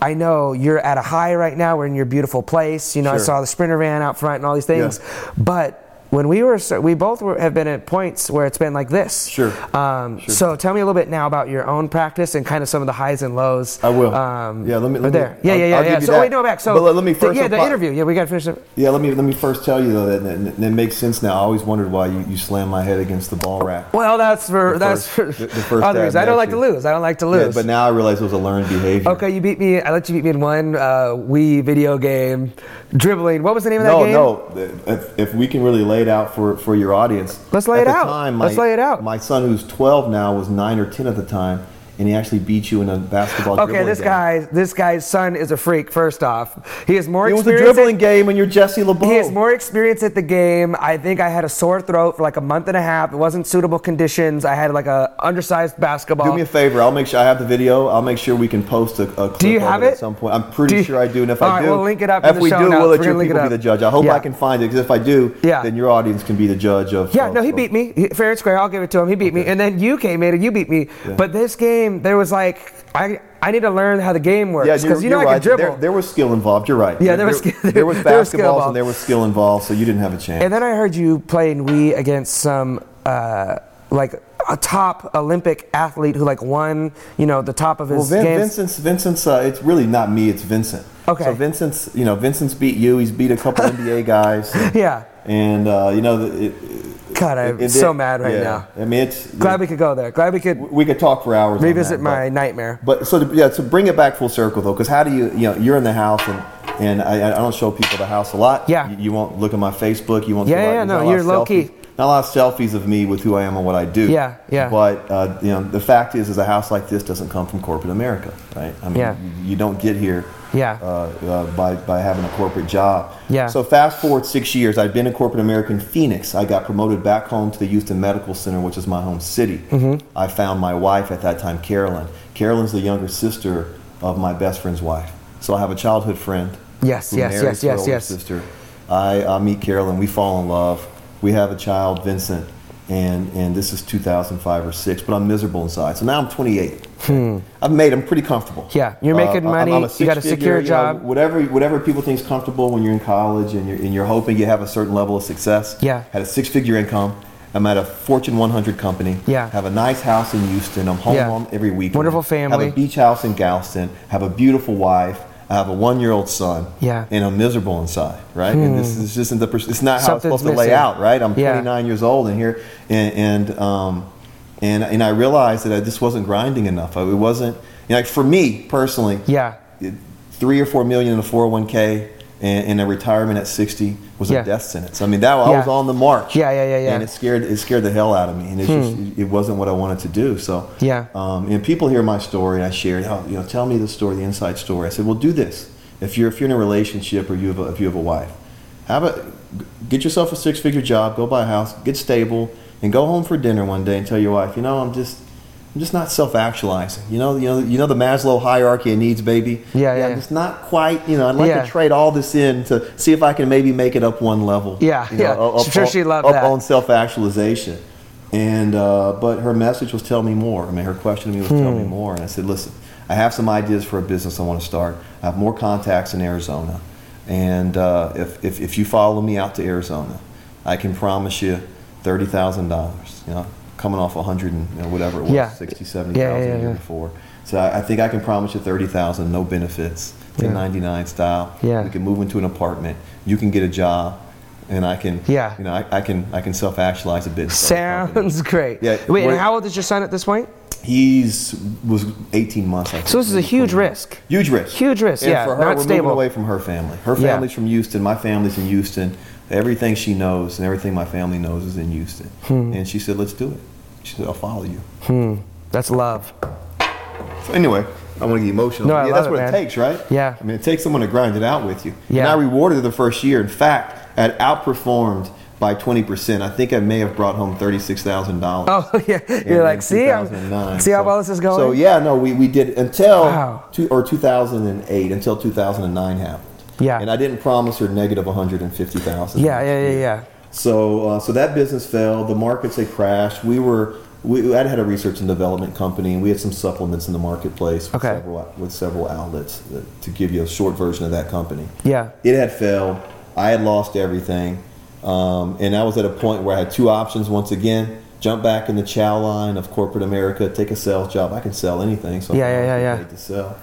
S1: i know you're at a high right now we're in your beautiful place you know i
S3: Sure.
S1: saw the sprinter van out front and all these things
S3: Yeah.
S1: but when we were we both were, have been at points where it's been like this
S3: Sure.
S1: um,
S3: Sure.
S1: So tell me a little bit now about your own practice and kind of some of the highs and lows.
S3: I will.
S1: Um,
S3: Yeah, let me-
S1: are
S3: let me-
S1: there. Yeah,
S3: I'll-
S1: yeah, yeah.
S3: I'll give
S1: yeah.
S3: you
S1: So
S3: that.
S1: wait, no, back. So
S3: But let- let me
S1: the-
S3: first
S1: yeah, the
S3: apply-
S1: interview. Yeah, we got to finish it.
S3: Yeah, let me let me first tell you though that, that, that makes sense now. I always wondered why you, you slammed my head against the ball rack.
S1: Well, that's for that's
S3: first-
S1: for
S3: the- the first
S1: other
S3: time
S1: reasons. I don't
S3: that
S1: like to
S3: you-
S1: lose. I don't like to lose.
S3: Yeah, but now I realize it was a learned behavior.
S1: Okay, you beat me. I let you beat me in one uh, Wii video game, dribbling. What was the name of that
S3: No,
S1: game?
S3: no. If, if we can really lay it out for, for your audience,
S1: Let's lay
S3: at
S1: it
S3: the
S1: out.
S3: Time, my,
S1: Let's lay it out.
S3: My son, who's 12 now, was nine or 10 at the time, and he actually beat you in a basketball.
S1: Okay,
S3: dribbling
S1: this
S3: game.
S1: guy, this guy's son is a freak. First off, he is more
S3: It was a
S1: experienced.
S3: dribbling game, and you're Jesse LeBeau.
S1: He has more experience at the game. I think I had a sore throat for like a month and a half. It wasn't suitable conditions. I had like a undersized basketball.
S3: Do me a favor. I'll make sure I have the video. I'll make sure we can post a, a clip
S1: Do you
S3: of
S1: have
S3: it
S1: it?
S3: at some point. I'm
S1: Do
S3: pretty
S1: you-
S3: sure I do, and if
S1: All
S3: I
S1: right,
S3: do,
S1: we'll link it up in
S3: If
S1: the
S3: we
S1: show
S3: do,
S1: notes.
S3: we'll
S1: We're
S3: let your
S1: gonna link it
S3: people be
S1: up.
S3: the judge. I hope
S1: Yeah.
S3: I can find it, because if I do,
S1: Yeah.
S3: then your audience can be the judge of.
S1: yeah,
S3: of-
S1: no, he
S3: of-
S1: beat me He- fair and square. I'll give it to him. He beat me, and then you came in and you beat me. But this game, there was like I I need to learn how the game works
S3: Yeah, you're,
S1: because you know
S3: you're
S1: I
S3: right.
S1: can dribble.
S3: There, there was skill involved. You're right.
S1: Yeah, there was skill-
S3: there, was
S1: there was skill
S3: basketballs
S1: involved.
S3: and there was skill involved, so you didn't have a chance.
S1: And then I heard you playing Wii against some uh, like a top Olympic athlete who like won you know the top of his
S3: well, Vin,
S1: games.
S3: Vincent's Vincent's. Uh, it's really not me. It's Vincent.
S1: Okay.
S3: So Vincent's, you know, Vincent's beat you. He's beat a couple NBA guys.
S1: Yeah.
S3: And uh, you know, the- it,
S1: God, I'm
S3: it- it-
S1: so mad right
S3: yeah.
S1: now.
S3: I mean, it's
S1: Glad we could go there. Glad we could
S3: we could talk for hours. on
S1: revisit
S3: that,
S1: my
S3: but-
S1: nightmare.
S3: But so to, yeah, to bring it back full circle though, because how do you you know you're in the house and and I, I don't show people the house a lot.
S1: Yeah.
S3: You, you won't look at my Facebook. You won't.
S1: Yeah,
S3: see a lot-
S1: yeah,
S3: there's
S1: no,
S3: not a lot
S1: you're
S3: of
S1: low key.
S3: selfies- Not a lot of selfies of me with who I am and what I do.
S1: Yeah, yeah.
S3: But uh, you know, the fact is, is a house like this doesn't come from corporate America, right? I mean,
S1: Yeah.
S3: you, you don't get here.
S1: Yeah.
S3: Uh, uh, by by having a corporate job.
S1: Yeah.
S3: So fast forward six years, I'd been in corporate America in Phoenix. I got promoted back home to the Houston Medical Center, which is my home city. I found my wife at that time, Carolyn. Carolyn's the younger sister of my best friend's wife. So I have a childhood friend.
S1: Yes,
S3: who
S1: yes, yes,
S3: marries her
S1: yes,
S3: older
S1: yes.
S3: Sister. I, I meet Carolyn. We fall in love. We have a child, Vincent, and and this is 2005 or six. But I'm miserable inside. So now I'm 28. I've made. I'm pretty comfortable.
S1: Hmm.
S3: Uh,
S1: Yeah, you're making
S3: I'm- I'm
S1: money, you got a
S3: six-figure,
S1: secure
S3: you know,
S1: job.
S3: whatever whatever people think is comfortable when you're in college and you're and you're hoping you have a certain level of success.
S1: Yeah.
S3: Had a six figure income. I'm at a Fortune 100 company.
S1: Yeah.
S3: Have a nice house in Houston. I'm home,
S1: Yeah.
S3: home every weekend.
S1: Wonderful family.
S3: Have a beach house in Galveston. Have a beautiful wife. I have a one-year-old son.
S1: Yeah. Hmm.
S3: And I'm miserable inside, right? And this, this isn't the. pers- It's not how it's
S1: Something's
S3: supposed to lay
S1: missing.
S3: out, right? I'm
S1: Yeah.
S3: 29 years old and here, and and um, and, and I realized that I just wasn't grinding enough. I, it wasn't you know, like for me personally.
S1: Yeah.
S3: it- Three or four million in a 401k and, and a retirement at 60 was
S1: Yeah.
S3: a death sentence. I mean, that I
S1: Yeah.
S3: was on the mark.
S1: Yeah, yeah, yeah, yeah.
S3: And it scared it scared the hell out of me, and it's just, it wasn't what I wanted to do. So
S1: Hmm. Yeah.
S3: um, and people hear my story, and I share, oh, you know, tell me the story, the inside story. I said, well, do this. If you're if you're in a relationship or you have a, if you have a wife, have a get yourself a six figure job, go buy a house, get stable, and go home for dinner one day and tell your wife, you know, I'm just I'm just not self actualizing. You know, you know, you know the Maslow hierarchy of needs, baby.
S1: Yeah, yeah.
S3: I'm just not quite. You know, I'd like
S1: Yeah.
S3: to trade all this in to see if I can maybe make it up one level.
S1: Yeah,
S3: you know,
S1: yeah.
S3: up-
S1: I'm sure
S3: up-
S1: she loved
S3: up
S1: that.
S3: on self actualization. And uh, but her message was tell me more. I mean, her question to me was tell
S1: Hmm.
S3: me more. And I said, listen, I have some ideas for a business I want to start. I have more contacts in Arizona, and uh, if, if if you follow me out to Arizona, I can promise you thirty thousand dollars. You know, coming off a hundred and you know, whatever it was,
S1: Yeah.
S3: sixty, seventy
S1: Yeah,
S3: thousand
S1: yeah, yeah,
S3: a year
S1: yeah.
S3: before. So I, I think I can promise you thirty thousand, no benefits, ten ninety nine style.
S1: Yeah.
S3: we can move into an apartment. You can get a job, and I can
S1: Yeah.
S3: you know I, I can I can self actualize a bit.
S1: Sounds great.
S3: Yeah,
S1: Wait, and
S3: we're-
S1: how old is your son at this point?
S3: He's was 18 months. I think.
S1: So this is a huge risk.
S3: Huge risk.
S1: Huge risk,
S3: And
S1: yeah,
S3: for her,
S1: not
S3: we're
S1: stable.
S3: moving away from her family. Her
S1: Yeah.
S3: family's from Houston. My family's in Houston. Everything she knows and everything my family knows is in Houston.
S1: Hmm.
S3: And she said, "Let's do it." She said, "I'll follow you."
S1: That's love.
S3: So anyway, I want to get emotional.
S1: No, I
S3: yeah,
S1: love
S3: that's
S1: it,
S3: what
S1: man.
S3: it takes, right?
S1: Yeah.
S3: I mean, it takes someone to grind it out with you. And
S1: Yeah.
S3: I rewarded her the first year. In fact, I had outperformed by 20%. I think I may have brought home $36,000.
S1: Oh yeah, you're
S3: in
S1: like, see, I'm-
S3: 2009.
S1: see how
S3: So-
S1: well this is going.
S3: So yeah, no, we, we did until
S1: Wow.
S3: two, or 2008 until 2009 happened.
S1: Yeah.
S3: and I didn't promise her negative 150 thousand.
S1: yeah, yeah, yeah, yeah.
S3: So uh, so that business fell. The markets they crashed. We were. We, I had a research and development company, and we had some supplements in the marketplace with,
S1: Okay.
S3: several, with several outlets. uh, To give you a short version of that company,
S1: Yeah.
S3: it had failed. I had lost everything. Um, and I was at a point where I had two options once again jump back in the chow line of corporate America, take a sales job. I can sell anything. So
S1: Yeah, yeah, yeah, yeah.
S3: paid to sell.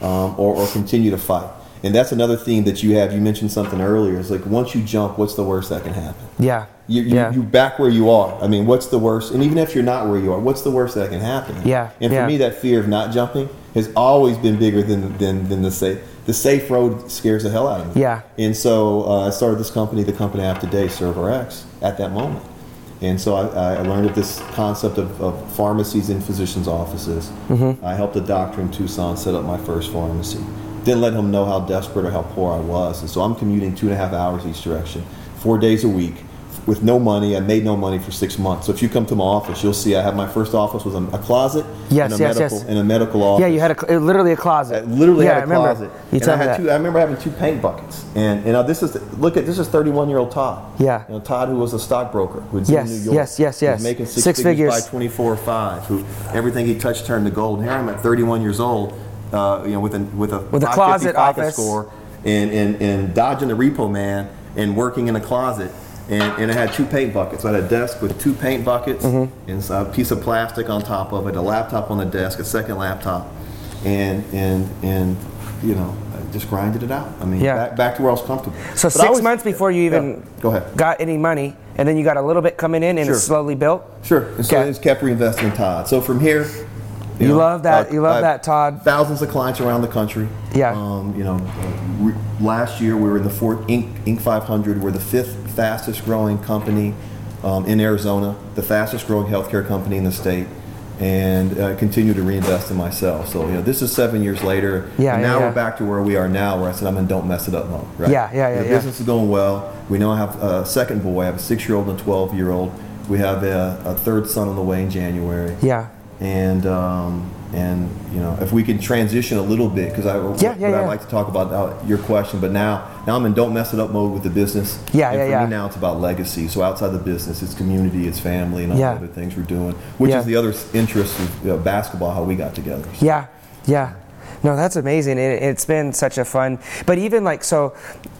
S3: Um, or, or continue to fight. And that's another theme that you have. You mentioned something earlier. It's like once you jump, what's the worst that can happen?
S1: Yeah.
S3: You, you,
S1: yeah.
S3: you back where you are. I mean, what's the worst? And even if you're not where you are, what's the worst that can happen?
S1: Yeah,
S3: And for
S1: yeah.
S3: me, that fear of not jumping has always been bigger than than than the safe. The safe road scares the hell out of me.
S1: Yeah.
S3: And so uh, I started this company, the company I have today, ServerX, at that moment. And so I, I learned of this concept of, of pharmacies in physicians' offices. I helped a doctor in Tucson set up my first pharmacy. Didn't let him know how desperate or how poor I was. And so I'm commuting two and a half hours each direction, four days a week, with no money. I made no money for six months. So if you come to my office, you'll see I have my first office was a, a closet
S1: Yes,
S3: and, a
S1: yes,
S3: medical,
S1: yes.
S3: and a medical office.
S1: yeah, you had a, cl- literally a
S3: I
S1: closet.
S3: Uh, literally
S1: yeah,
S3: had a
S1: I remember.
S3: closet.
S1: You
S3: and I
S1: told me
S3: had
S1: that.
S3: two. I remember having two paint buckets. And you know, this is look at this is 31 year old Todd.
S1: Yeah.
S3: You know, Todd, who was a stockbroker, who's
S1: Yes,
S3: in New York.
S1: yes, yes, yes.
S3: Who's making six,
S1: Six
S3: figures,
S1: figures.
S3: by 24 or five. Who everything he touched turned to gold. And here I'm at 31 years old. Uh, you know, with a with a
S1: With a
S3: 550
S1: closet
S3: FICO
S1: office.
S3: score, and, and and dodging the repo man and working in a closet. And, and I had two paint buckets. I had a desk with two paint buckets
S1: Mm-hmm.
S3: and a piece of plastic on top of it, a laptop on the desk, a second laptop and and and you know I just grinded it out i mean
S1: Yeah.
S3: back, back to where i was comfortable
S1: So
S3: But I
S1: six
S3: always-
S1: months before you even
S3: Yeah, go ahead.
S1: got any money, and then you got a little bit coming in, and
S3: Sure.
S1: it slowly built.
S3: sure and so
S1: Okay.
S3: i just kept reinvesting in todd so from here
S1: You love that- you love that, Todd.
S3: thousands of clients around the country
S1: Yeah.
S3: um, you know uh, re- last year we were in the fourth inc, inc 500 we're the fifth fastest growing company um, in arizona the fastest growing healthcare company in the state and uh, continue to reinvest in myself. So you know, this is seven years later.
S1: Yeah,
S3: and
S1: yeah,
S3: now
S1: yeah.
S3: we're back to where we are now, where I said I'm in don't mess it up mode. Right?
S1: Yeah, yeah, yeah,
S3: The
S1: yeah.
S3: business is going well. We now have a second boy. I have a six-year-old and a twelve-year-old. We have a, a third son on the way in January.
S1: Yeah.
S3: And um, and you know, if we can transition a little bit, because I
S1: Yeah, yeah,
S3: what
S1: yeah.
S3: I'd like to talk about uh, your question, but now now I'm in don't mess it up mode with the business.
S1: Yeah,
S3: and
S1: yeah,
S3: for
S1: yeah.
S3: me now it's about legacy. So outside the business, it's community, it's family, and all
S1: Yeah.
S3: the other things we're doing, which
S1: Yeah.
S3: is the other s- interest of you know, basketball, how we got together.
S1: Yeah, yeah. No, that's amazing. It, it's been such a fun. But even like so,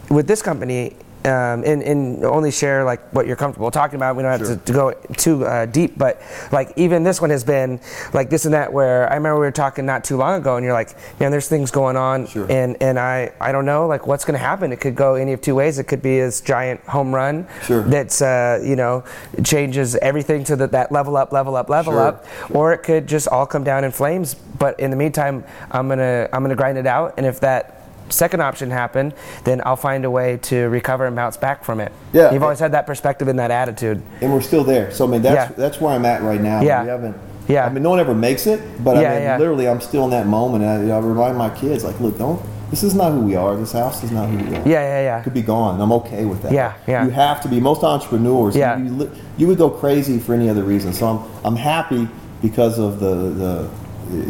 S1: with this company, um, and, and only share like what you're comfortable talking about. We don't have to, to go too uh, deep, but like even this one has been like this and that. Where I remember we were talking not too long ago, and you're like, man, there's things going on,
S3: Sure.
S1: and and I I don't know like what's going to happen. It could go any of two ways. It could be this giant home run
S3: Sure.
S1: that's uh, you know changes everything to the, that level up, level up, level
S3: Sure.
S1: up, or it could just all come down in flames. But in the meantime, I'm gonna I'm gonna grind it out, and if that second option happened, then I'll find a way to recover and bounce back from it.
S3: Yeah.
S1: you've always had that perspective and that attitude.
S3: and we're still there. So I mean, that's
S1: Yeah.
S3: that's where I'm at right now.
S1: Yeah.
S3: we haven't.
S1: Yeah.
S3: I mean, no one ever makes it, but
S1: Yeah,
S3: I mean,
S1: yeah.
S3: literally, I'm still in that moment. And I, I remind my kids, like, look, don't. This is not who we are. This house is not who we are.
S1: Yeah, yeah, yeah.
S3: It could be gone. and I'm okay with that.
S1: Yeah, yeah.
S3: You have to be. Most entrepreneurs,
S1: Yeah.
S3: you, li- you would go crazy for any other reason. So I'm, I'm happy because of the, the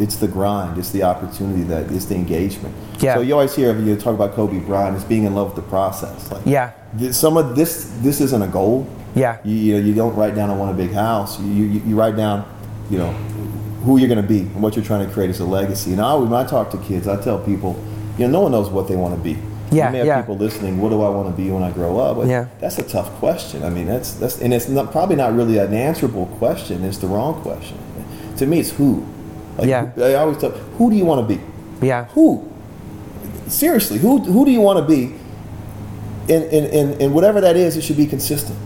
S3: it's the grind, it's the opportunity that it's the engagement.
S1: Yeah.
S3: So you always hear you talk about Kobe Bryant is being in love with the process. Like
S1: Yeah.
S3: this, some of this this isn't a goal.
S1: Yeah.
S3: You, you, know, you don't write down I want a big house. You, you, you write down, you know, who you're going to be and what you're trying to create as a legacy. And I, when I talk to kids, I tell people, you know, no one knows what they want to be.
S1: Yeah,
S3: You may have
S1: yeah.
S3: people listening. What do I want to be when I grow up? But
S1: Yeah.
S3: That's a tough question. I mean, that's that's and it's not, probably not really an answerable question. It's the wrong question. To me, it's who. Like,
S1: Yeah.
S3: who- I always tell, who do you want to be?
S1: Yeah,
S3: who seriously who who do you want to be and, and, and, and whatever that is it should be consistent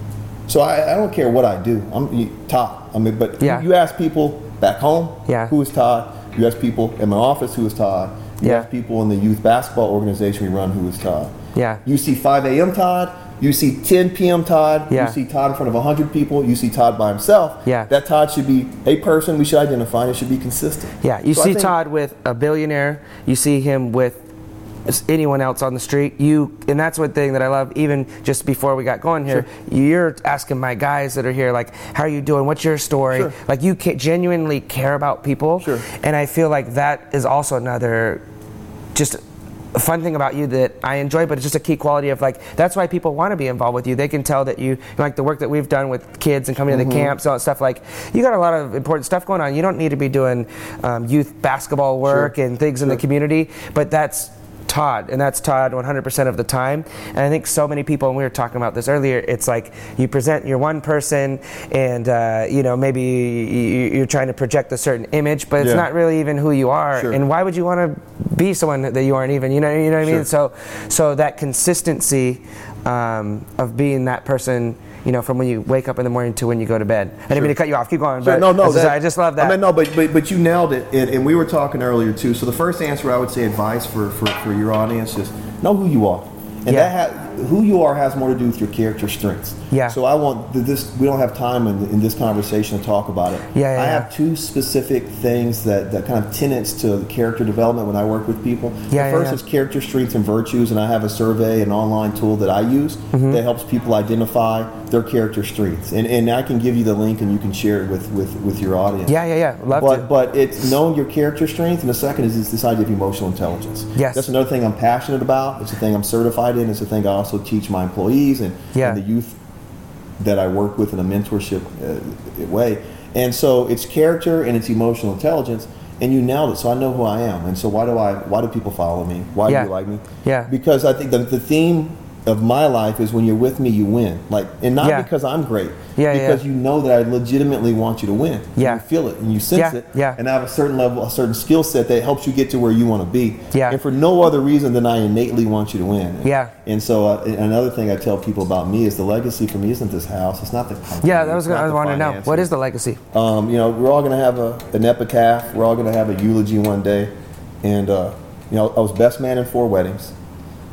S3: so i, I don't care what i do i'm you- todd i mean but
S1: Yeah.
S3: you ask people back home
S1: Yeah.
S3: who is todd you ask people in my office who is todd you
S1: Yeah.
S3: ask people in the youth basketball organization we run who is todd
S1: Yeah.
S3: you see 5 a.m todd you see 10 p.m todd
S1: Yeah.
S3: you see todd in front of 100 people you see todd by himself
S1: Yeah.
S3: that todd should be a person we should identify and it should be consistent
S1: yeah. You
S3: So I
S1: see
S3: think-
S1: Todd with a billionaire. You see him with s- anyone else on the street. You and that's one thing that I love. Even just before we got going here, you're asking my guys that are here, like, how are you doing? What's your story?
S3: Sure.
S1: Like, you ca- genuinely care about people.
S3: Sure.
S1: And I feel like that is also another just a fun thing about you that I enjoy, but it's just a key quality of like that's why people want to be involved with you. They can tell that you like the work that we've done with kids and coming to the camps and all that stuff. Like you got a lot of important stuff going on. You don't need to be doing um, youth basketball work and things in the community, but that's Todd, and that's Todd 100% of the time. And I think so many people, and we were talking about this earlier, it's like you present your one person, and uh, you know maybe you- you're trying to project a certain image, but it's
S3: Yeah.
S1: not really even who you are.
S3: Sure.
S1: And why would you want to be someone that you aren't even? You know, you know what I mean. So, so that consistency um, of being that person. You know, from when you wake up in the morning to when you go to bed. I didn't mean to cut you off. Keep going.
S3: Sure,
S1: but
S3: no, no,
S1: that's just-
S3: that-
S1: I just love that.
S3: I mean, no, but but, but you nailed it, and, and we were talking earlier too. So the first answer I would say, advice for for, for your audience is know who you are,
S1: Yeah.
S3: and that ha- who you are has more to do with your character strengths.
S1: Yeah.
S3: So I want th- this. We don't have time in, in this conversation to talk about it.
S1: Yeah, yeah,
S3: I
S1: yeah.
S3: have two specific things that that kind of tenets to character development when I work with people.
S1: Yeah, yeah,
S3: The first
S1: yeah.
S3: is character strengths and virtues, and I have a survey, an online tool that I use that helps people identify their character strengths. And, and I can give you the link, and you can share it with, with, with your audience.
S1: Yeah, yeah, yeah. Love
S3: but
S1: to.
S3: but it's knowing your character strength, and the second is it's this idea of emotional intelligence.
S1: Yes.
S3: that's another thing I'm passionate about. It's a thing I'm certified in. It's a thing I also teach my employees and,
S1: Yeah.
S3: and the youth that I work with in a mentorship uh, way. And so it's character and it's emotional intelligence. And you nailed it. So I know who I am. And so why do I? Why do people follow me? Why
S1: Yeah.
S3: do you like me?
S1: Yeah.
S3: Because I think the, the theme of my life is when you're with me, you win. Like, and not
S1: Yeah.
S3: because I'm great.
S1: Yeah, yeah.
S3: Because you know that I legitimately want you to win.
S1: Yeah.
S3: You feel it and you sense
S1: Yeah,
S3: it.
S1: yeah.
S3: And I have a certain level, a certain skill set that helps you get to where you want to be.
S1: Yeah.
S3: And for no other reason than I innately want you to win.
S1: Yeah.
S3: And so uh, another thing I tell people about me is the legacy for me isn't this house. It's not the company.
S1: yeah, that was.
S3: it's not
S1: Gonna, I
S3: the
S1: wanted to know
S3: finances.
S1: what is the legacy.
S3: Um, you know, we're all going to have a, an epitaph. We're all going to have a eulogy one day. And uh, you know, I was best man in four weddings.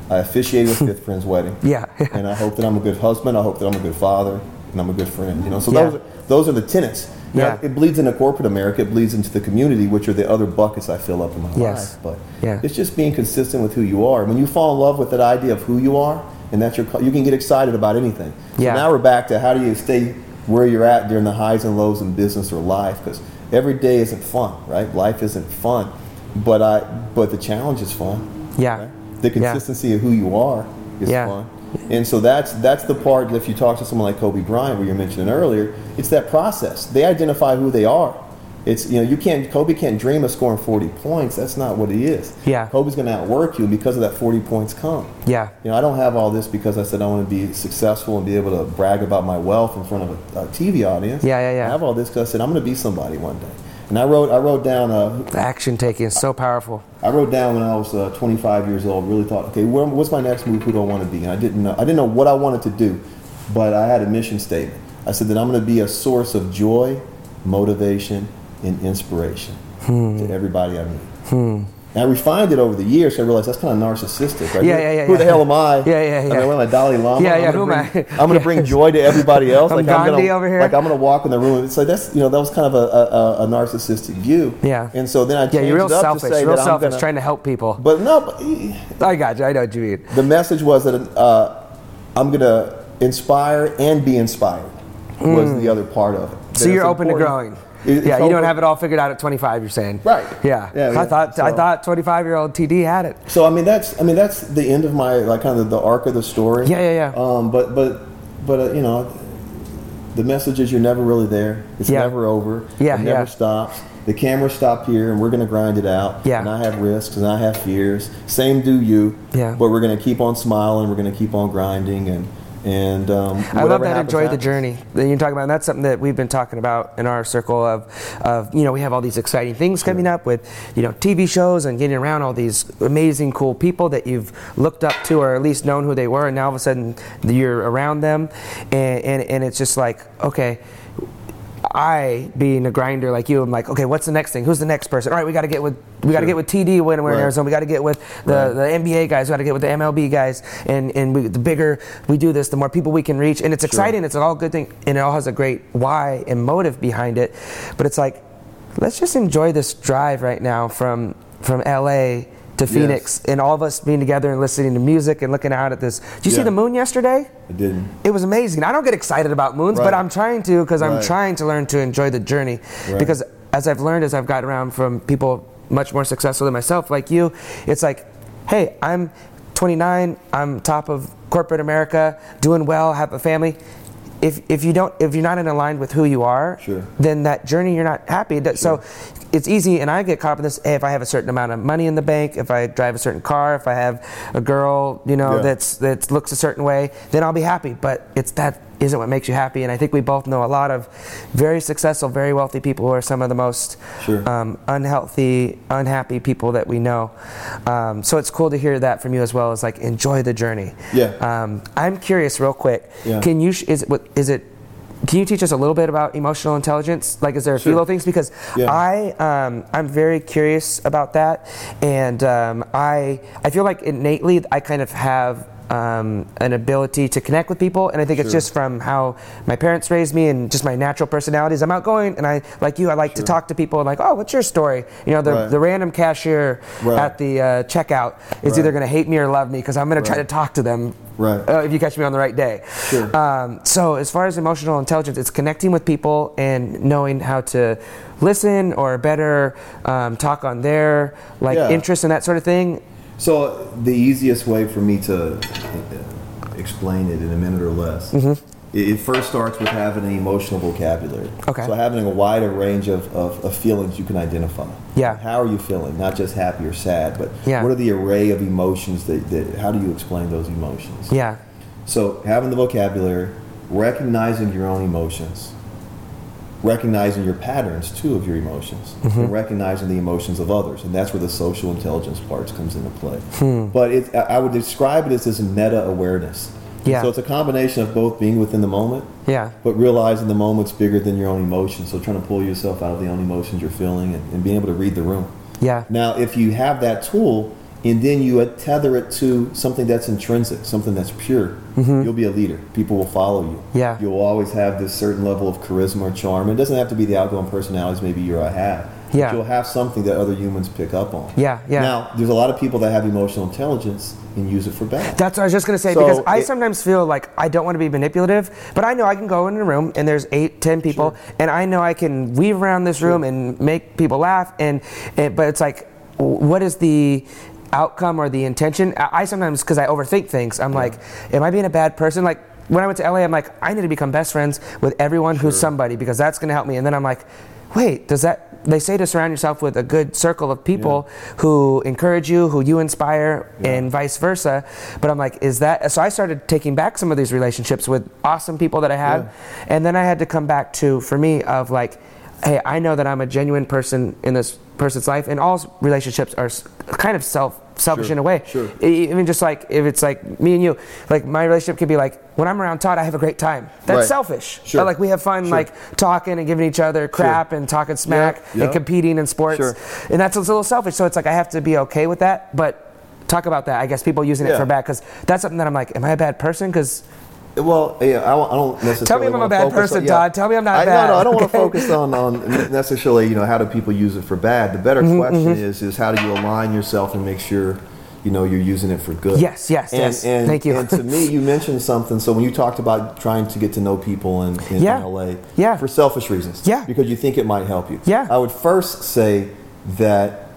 S3: I officiated a fifth friend's wedding.
S1: Yeah.
S3: and I hope that I'm a good husband. I hope that I'm a good father, and I'm a good friend. You know, so
S1: Yeah.
S3: those are, those are the tenets. Now,
S1: Yeah.
S3: it bleeds into corporate America. It bleeds into the community, which are the other buckets I fill up in my
S1: Yes.
S3: life. But
S1: Yeah.
S3: it's just being consistent with who you are. When you fall in love with that idea of who you are, and that's your, co- you can get excited about anything. So
S1: Yeah.
S3: now we're back to how do you stay where you're at during the highs and lows in business or life? Because every day isn't fun, right? Life isn't fun, but I but the challenge is fun.
S1: Yeah.
S3: right? The
S1: Yeah.
S3: consistency of who you are is
S1: Yeah.
S3: fun. And so that's that's the part that if you talk to someone like Kobe Bryant, where you were mentioning earlier, it's that process. They identify who they are. It's you know you can't Kobe can't dream of scoring 40 points. That's not what he is.
S1: Yeah.
S3: Kobe's going to outwork you and because of that 40 points come.
S1: Yeah.
S3: You know I don't have all this because I said I want to be successful and be able to brag about my wealth in front of a, a TV audience.
S1: Yeah, yeah, yeah.
S3: I have all this because I said I'm going to be somebody one day. And I wrote I wrote down uh,
S1: The action taking is so powerful.
S3: I wrote down when I was uh, 25 years old. Really thought, okay, where, what's my next move? Who do I want to be? And I didn't know. I didn't know what I wanted to do, but I had a mission statement. I said that I'm going to be a source of joy, motivation, and inspiration
S1: Hmm.
S3: to everybody I meet. And I refined it over the years. So I realized that's kind of narcissistic, right?
S1: Yeah,
S3: Who-
S1: yeah, yeah,
S3: Who the
S1: yeah.
S3: hell am I?
S1: Yeah, yeah,
S3: I
S1: yeah.
S3: mean, what am I, Dalai Lama?
S1: Yeah, yeah,
S3: I'm
S1: who am
S3: gonna bring,
S1: I?
S3: I'm going to bring
S1: Yes.
S3: joy to everybody else.
S1: I'm
S3: gonna,
S1: Gandhi over here.
S3: Like I'm going to walk in the room. It's like that's you know that was kind of a, a, a- a narcissistic view.
S1: Yeah.
S3: And so then I
S1: Yeah, you're
S3: changed
S1: real
S3: it up to
S1: selfish,
S3: say
S1: real
S3: that I'm
S1: selfish,
S3: gonna-
S1: trying to help people.
S3: but no, but eh,
S1: I got you. I know what you mean.
S3: the message was that uh, I'm going to inspire and be inspired was the other part of it.
S1: Mm. So
S3: That it's
S1: you're open to growing.
S3: important. It- it's
S1: yeah, you don't
S3: open-
S1: have it all figured out at 25. You're saying.
S3: Right.
S1: Yeah.
S3: Yeah,
S1: I
S3: yeah.
S1: thought I
S3: So-
S1: thought 25 year old TD had it.
S3: So I mean that's I mean that's the end of my like kind of the arc of the story.
S1: Yeah, yeah, yeah.
S3: Um, but but but uh, you know, the message is you're never really there. It's
S1: Yeah.
S3: never over.
S1: Yeah,
S3: it never
S1: yeah.
S3: stops. The camera stopped here, and we're going to grind it out.
S1: Yeah.
S3: And I have risks, and I have fears. Same do you.
S1: Yeah.
S3: But we're going to keep on smiling. We're going to keep on grinding, and and um,
S1: I love
S3: whatever
S1: that.
S3: happens,
S1: Enjoy the
S3: happens.
S1: journey that you're talking about, and that's something that we've been talking about in our circle of, of you know, we have all these exciting things coming up with, you know, TV shows and getting around all these amazing, cool people that you've looked up to or at least known who they were, and now all of a sudden you're around them, and and, and it's just like okay. I being a grinder like you, I'm like, okay, what's the next thing? Who's the next person? All right, we got to get with we got to
S3: Sure.
S1: get with TD when we're in
S3: Right.
S1: Arizona. We got to get with the, the NBA guys. We got to get with the MLB guys. And and we, the bigger we do this, the more people we can reach. And it's exciting. It's an all good thing, and it all has a great why and motive behind it. But it's like, let's just enjoy this drive right now from from LA to Phoenix, and all of us being together and listening to music and looking out at this. Did you see
S3: Yeah.
S1: the moon yesterday?
S3: I didn't.
S1: it was amazing. I don't get excited about moons, but
S3: Right.
S1: I'm trying to because I'm
S3: Right.
S1: trying to learn to enjoy the journey.
S3: Right.
S1: Because as I've learned, as I've gotten around from people much more successful than myself, like you, it's like, hey, I'm 29, I'm top of corporate America, doing well, have a family. If, if you don't if you're not in aligned with who you are,
S3: Sure.
S1: then that journey you're not happy. That- So it's easy, and I get caught up in this. Hey, if I have a certain amount of money in the bank, if I drive a certain car, if I have a girl, you know,
S3: Yeah.
S1: that's that looks a certain way, then I'll be happy. But it's that isn't what makes you happy. And I think we both know a lot of very successful, very wealthy people who are some of the most
S3: Sure.
S1: um, unhealthy, unhappy people that we know. Um, so it's cool to hear that from you as well. As like enjoy the journey.
S3: Yeah.
S1: Um, I'm curious, real quick.
S3: Yeah.
S1: Can you sh- is it what- is it? Can you teach us a little bit about emotional intelligence? Like, is there a few
S3: Sure.
S1: little things? Because
S3: Yeah.
S1: I um, I'm very curious about that, and um, I I feel like innately I kind of have. Um, an ability to connect with people, and I think it's just from how my parents raised me and just my natural personalities. I'm outgoing, and I like you. I like to talk to people. And like, oh, what's your story? You know, the,
S3: Right.
S1: the random cashier
S3: Right.
S1: at the uh, checkout is
S3: Right.
S1: either going to hate me or love me because I'm going to try to
S3: Right.
S1: talk to them.
S3: Right.
S1: Uh, if you catch me on the right day.
S3: Sure.
S1: Um, so as far as emotional intelligence, it's connecting with people and knowing how to listen or better um, talk on their like
S3: Yeah.
S1: interests and that sort of thing.
S3: So the easiest way for me to uh, explain it in a minute or less,
S1: Mm-hmm.
S3: it, it first starts with having an emotional vocabulary.
S1: Okay.
S3: So having a wider range of, of, of feelings you can identify.
S1: Yeah.
S3: How are you feeling? Not just happy or sad, but
S1: Yeah.
S3: what are the array of emotions that, that how do you explain those emotions?
S1: Yeah.
S3: So having the vocabulary, recognizing your own emotions, recognizing your patterns too of your emotions, and recognizing the emotions of others, and that's where the social intelligence parts comes into play. But it, I I would describe it as this meta awareness.
S1: Yeah.
S3: So it's a combination of both being within the moment,
S1: Yeah.
S3: but realizing the moment's bigger than your own emotions. So trying to pull yourself out of the own emotions you're feeling and, and being able to read the room.
S1: Yeah.
S3: Now, if you have that tool and then you uh, tether it to something that's intrinsic, something that's pure, you'll be a leader. People will follow you.
S1: Mm-hmm. Yeah.
S3: You'll always have this certain level of charisma or charm. It doesn't have to be the outgoing personalities maybe you or I have. but
S1: Yeah.
S3: You'll have something that other humans pick up on.
S1: Yeah, yeah.
S3: Now, there's a lot of people that have emotional intelligence and use it for bad.
S1: That's what I was just gonna say
S3: So
S1: because I
S3: it-
S1: sometimes feel like I don't want to be manipulative, but I know I can go in a room and there's eight, ten people, and I know I can weave around this room and make people laugh. And, and but it's like, w- what is the outcome or the intention? I, I sometimes because I overthink things. I'm like, am I being a bad person? Like when I went to LA, I'm like, I need to become best friends with everyone who's somebody because that's gonna help me. And then I'm like, wait, does that they say to surround yourself with a good circle of people who encourage you, who you inspire, and vice versa. But I'm like, is that so? I started taking back some of these relationships with awesome people that I had, and then I had to come back to for me of like, hey, I know that I'm a genuine person in this person's life, and all s- relationships are s- kind of self selfish
S3: Sure,
S1: in a way.
S3: sure.
S1: I I mean, just like if it's like me and you, like my relationship could be like when I'm around Todd, I have a great time. That's
S3: Right.
S1: selfish.
S3: Sure.
S1: But, like we have fun,
S3: Sure.
S1: like talking and giving each other crap and talking smack
S3: yeah.
S1: and competing in sports,
S3: Sure.
S1: and that's it's a little selfish. So it's like I have to be okay with that, but. Talk about that. I guess people using it
S3: Yeah.
S1: for bad because that's something that I'm like, am I a bad person? Because
S3: Well, yeah, I don't, I don't necessarily.
S1: Tell me if I'm
S3: wanna
S1: a bad
S3: focus
S1: person, Todd. Tell me I'm not
S3: I,
S1: bad,
S3: No, no, I don't
S1: okay?
S3: want to focus on, on necessarily. You know, how do people use it for bad? The better
S1: Mm-hmm,
S3: question is, is how do you align yourself and make sure, you know, you're using it for good.
S1: Yes, yes,
S3: and,
S1: yes.
S3: And,
S1: Thank you.
S3: And to me, you mentioned something. So when you talked about trying to get to know people in, in,
S1: Yeah.
S3: in LA,
S1: Yeah.
S3: for selfish reasons,
S1: Yeah.
S3: because you think it might help you.
S1: Yeah.
S3: I would first say that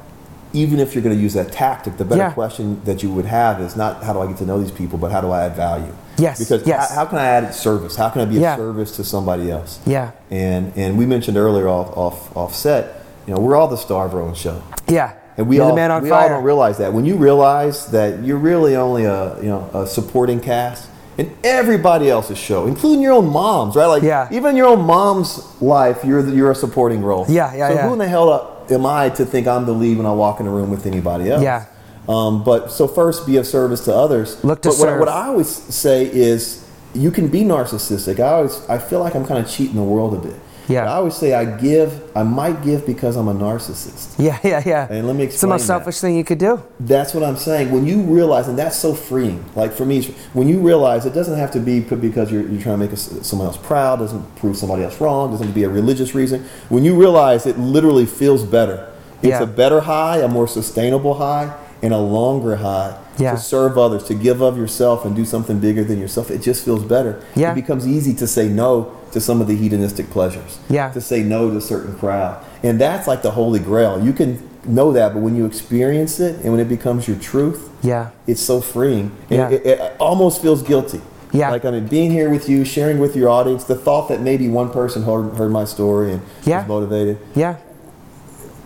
S3: even if you're going to use that tactic, the better
S1: Yeah.
S3: question that you would have is not how do I get to know these people, but how do I add value?
S1: Yes,
S3: Because
S1: yes.
S3: h- how can I add service? How can I be
S1: Yeah.
S3: of service to somebody else?
S1: Yeah.
S3: And and we mentioned earlier off off offset, you know, we're all the star of our own show.
S1: yeah,
S3: And we
S1: You're
S3: all
S1: the man on
S3: we all
S1: fire.
S3: don't realize that. When you realize that you're really only a you know a supporting cast in everybody else's show, including your own mom's, right? Like
S1: Yeah.
S3: even your own mom's life, you're the, you're a supporting role.
S1: Yeah, yeah,
S3: So
S1: yeah.
S3: who in the hell am I to think I'm the lead when I walk in a room with anybody else?
S1: Yeah.
S3: Um, but so first, be of service to others.
S1: Look to
S3: but what I-
S1: serve.
S3: What, I always say is, you can be narcissistic. I always I feel like I'm kind of cheating the world a bit.
S1: Yeah.
S3: I always say I give. I might give because I'm a narcissist.
S1: yeah, yeah, yeah.
S3: And let me
S1: It's the most
S3: explain that.
S1: selfish thing you could do.
S3: That's what I'm saying. When you realize, and that's so freeing. Like for me, when you realize it doesn't have to be p- because you're, you're trying to make us- someone else proud, doesn't prove somebody else wrong, doesn't have to be a religious reason. When you realize it literally feels better. It's
S1: Yeah.
S3: a better high, a more sustainable high, and a longer high
S1: Yeah.
S3: to serve others, to give of yourself and do something bigger than yourself. It just feels better.
S1: Yeah.
S3: It becomes easy to say no to some of the hedonistic pleasures
S1: Yeah.
S3: to say no to a certain crowd. And that's like the holy grail. You can know that, but when you experience it and when it becomes your truth,
S1: Yeah.
S3: it's so freeing. And
S1: Yeah.
S3: it, it almost feels guilty.
S1: Yeah.
S3: Like, I mean, being here with you, sharing with your audience, the thought that maybe one person heard, heard my story and
S1: Yeah.
S3: was motivated,
S1: Yeah.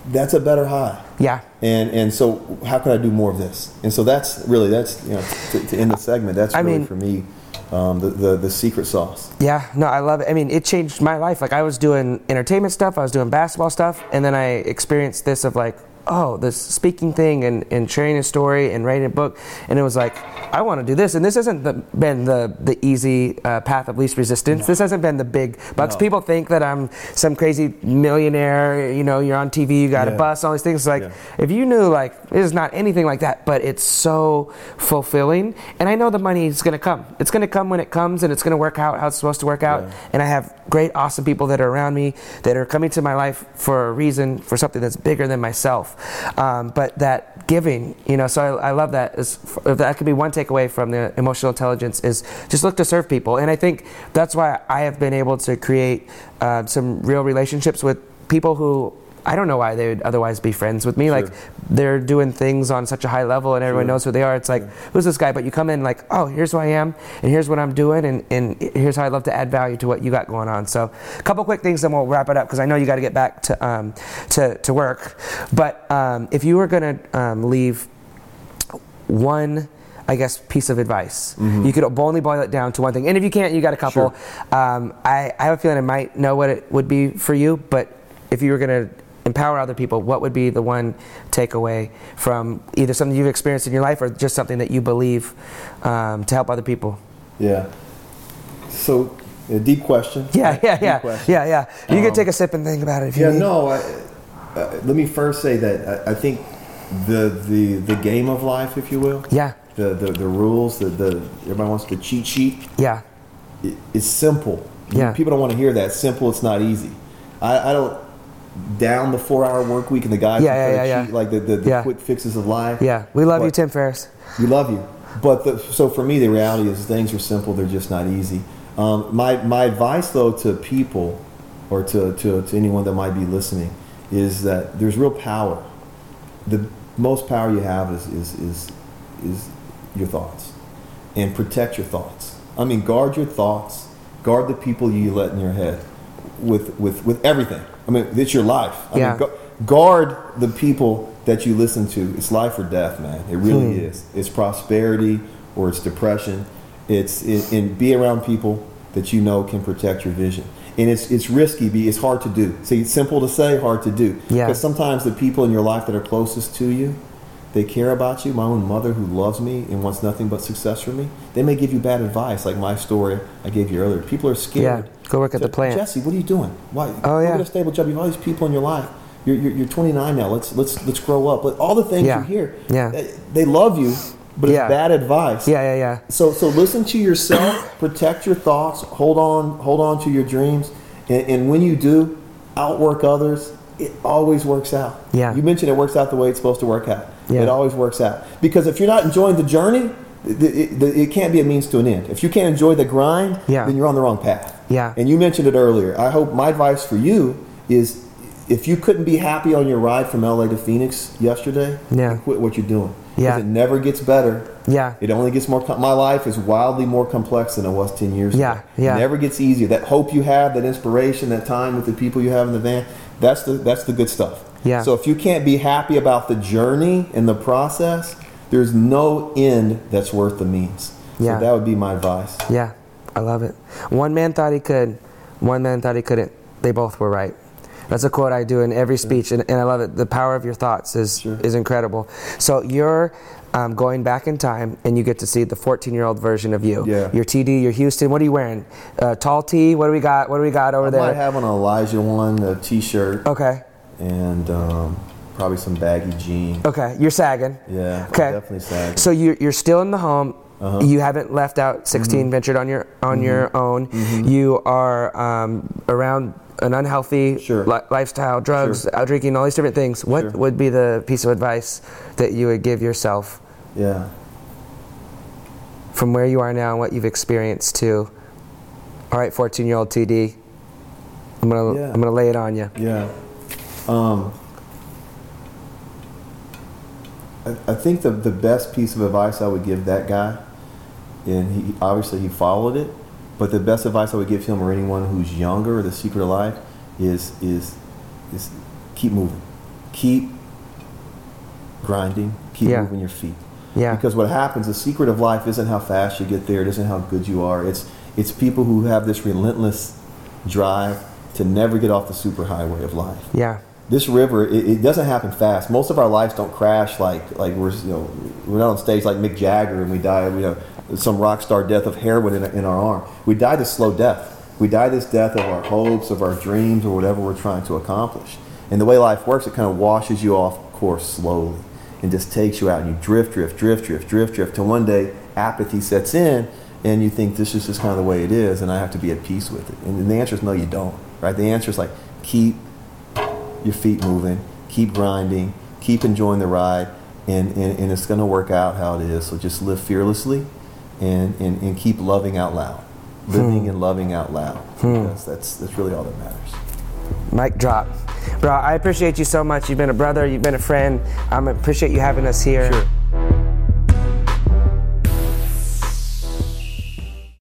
S3: that's a better high.
S1: Yeah.
S3: And, and so how can I do more of this? And so that's really, that's, you know, to, to end the segment, that's
S1: I
S3: really
S1: mean-
S3: for me um, the, the, the secret sauce.
S1: Yeah, no, I love it. I mean, it changed my life. Like I was doing entertainment stuff, I was doing basketball stuff, and then I experienced this of like, oh, this speaking thing and, and sharing a story and writing a book, and it was like, I want to do this. And this hasn't the, been the the easy uh, path of least resistance. This hasn't been the big bucks. People think that I'm some crazy millionaire. You know, you're on TV, you got a
S3: Yeah.
S1: bus, all these things. Like,
S3: Yeah.
S1: if you knew like it is not anything like that but it's so fulfilling and i know the money is going to come it's going to come when it comes and it's going to work out how it's supposed to work out and i have great awesome people that are around me that are coming to my life for a reason for something that's bigger than myself um, but that giving you know so i, I love that is, if that could be one takeaway from the emotional intelligence is just look to serve people and i think that's why i have been able to create uh, some real relationships with people who I don't know why they would otherwise be friends with me. Like they're doing things on such a high level and everyone knows who they are. It's like, who's this guy? But you come in like, oh, here's who I am and here's what I'm doing and, and here's how I love to add value to what you got going on. So a couple quick things and we'll wrap it up because I know you got to get back to, um, to, to work. But um, if you were going to um, leave one I guess piece of advice.
S3: Mm-hmm.
S1: You could only boil it down to one thing, and if you can't, you got a couple. Um, I, I have a feeling I might know what it would be for you, but if you were going to empower other people, what would be the one takeaway from either something you've experienced in your life or just something that you believe um, to help other people?
S3: Yeah. So, a deep question.
S1: Yeah, yeah,
S3: Deep
S1: yeah,
S3: question. Um,
S1: yeah, yeah. You could take a sip and think about it if you
S3: Yeah,
S1: need.
S3: no. I, uh, let me first say that I, I think the the the game of life, if you will,
S1: Yeah,
S3: the the, the rules, the, the everybody wants the cheat sheet.
S1: yeah,
S3: It, it's simple.
S1: Yeah.
S3: people don't want to hear that. Simple. It's not easy. I, I don't down the four hour work week and the guys
S1: Yeah,
S3: who
S1: yeah,
S3: try to
S1: yeah, yeah.
S3: cheat, like the the, the
S1: Yeah.
S3: quick fixes of life.
S1: yeah. We love you,
S3: But-
S1: Tim Ferriss.
S3: we love you. But the, so for me, the reality is things are simple. They're just not easy. Um, my my advice though to people, or to, to to anyone that might be listening, is that there's real power. The most power you have is is is, is your thoughts, and protect your thoughts. I mean, guard your thoughts. Guard the people you let in your head. with with with everything. I mean, it's your life. I
S1: Yeah.
S3: mean, gu- guard the people that you listen to. It's life or death, man. It really
S1: Hmm.
S3: is. It's prosperity or it's depression. It's it, and be around people that you know can protect your vision. And it's it's risky. Be it's hard to do. See, it's simple to say, hard to do.
S1: Yeah.
S3: Because sometimes the people in your life that are closest to you. They care about you. My own mother, who loves me and wants nothing but success for me, they may give you bad advice, like my story I gave you earlier. People are scared.
S1: Yeah, go work at
S3: Je-
S1: the plant.
S3: Jesse, what are you doing? Why?
S1: Oh,
S3: go
S1: yeah.
S3: Get a stable job. You have all these people in your life. You're, you're, you're 29 now. Let's let's let's grow up. Like, all the things
S1: Yeah.
S3: you hear.
S1: Yeah.
S3: They, they love you, but
S1: Yeah.
S3: it's bad advice.
S1: Yeah, yeah, yeah.
S3: So so listen to yourself. protect your thoughts. Hold on. Hold on to your dreams. And, and when you do, outwork others. It always works out.
S1: Yeah.
S3: You mentioned it works out the way it's supposed to work out.
S1: Yeah.
S3: It always works out because if you're not enjoying the journey. It, it, it- it can't be a means to an end. If you can't enjoy the grind,
S1: Yeah.
S3: then you're on the wrong path.
S1: Yeah.
S3: And you mentioned it earlier. I hope my advice for you is if you couldn't be happy on your ride from LA to Phoenix yesterday,
S1: Yeah.
S3: then quit what you're doing. 'Cause
S1: Yeah.
S3: It never gets better.
S1: Yeah.
S3: It only gets more. Com- my life is wildly more complex than it was 10 years
S1: Yeah,
S3: ago.
S1: yeah.
S3: It never gets easier. That hope you have, that inspiration, that time with the people you have in the van, that's the, that's the good stuff.
S1: Yeah.
S3: So if you can't be happy about the journey and the process, there's no end that's worth the means.
S1: Yeah.
S3: So that would be my advice.
S1: Yeah, I love it. One man thought he could, one man thought he couldn't. They both were right. That's a quote I do in every speech, and, and I love it. The power of your thoughts is
S3: Sure.
S1: is incredible. So you're um, going back in time, and you get to see the 14 year old version of you.
S3: Yeah.
S1: Your TD, your Houston. What are you wearing? Uh, tall tee. What do we got? What do we got over
S3: I
S1: there?
S3: might have an Elijah one, a t-shirt,
S1: okay.
S3: and um, probably some baggy jeans.
S1: Okay. You're sagging.
S3: Yeah, I'm
S1: Okay.
S3: definitely sagging.
S1: So you're you're still in the home.
S3: Uh-huh.
S1: You haven't left out 16
S3: Mm-hmm.
S1: ventured on your on your own. You are um, around an unhealthy
S3: Sure.
S1: li- lifestyle, drugs, out drinking, all these different things. What
S3: Sure.
S1: would be the piece of advice that you would give yourself
S3: Yeah,
S1: from where you are now and what you've experienced to? All right, 14 year old TD. I'm gonna
S3: Yeah.
S1: I'm gonna lay it on you.
S3: yeah. Um, I, I think the the best piece of advice I would give that guy, and he obviously he followed it, but the best advice I would give him or anyone who's younger or the secret of life is is is keep moving, keep grinding, keep
S1: Yeah.
S3: moving your feet.
S1: Yeah.
S3: Because what happens, the secret of life isn't how fast you get there, it isn't how good you are. It's it's people who have this relentless drive to never get off the superhighway of life.
S1: yeah.
S3: This river, it, it doesn't happen fast. Most of our lives don't crash like like we're you know we're not on stage like Mick Jagger and we die you know some rock star death of heroin in, in our arm. We die this slow death. We die this death of our hopes, of our dreams, or whatever we're trying to accomplish. And the way life works, it kind of washes you off course slowly and just takes you out and you drift, drift, drift, drift, drift, drift till one day apathy sets in and you think this is just kind of the way it is and I have to be at peace with it. And the answer is no, you don't. Right? The answer is like keep your feet moving, keep grinding, keep enjoying the ride, and, and, and it's going to work out how it is. So just live fearlessly and, and, and keep loving out loud. Living and loving out loud. Because that's, that's really all that matters.
S1: Mic drop. Bro, I appreciate you so much. You've been a brother, you've been a friend. I appreciate you having us here.
S3: Sure.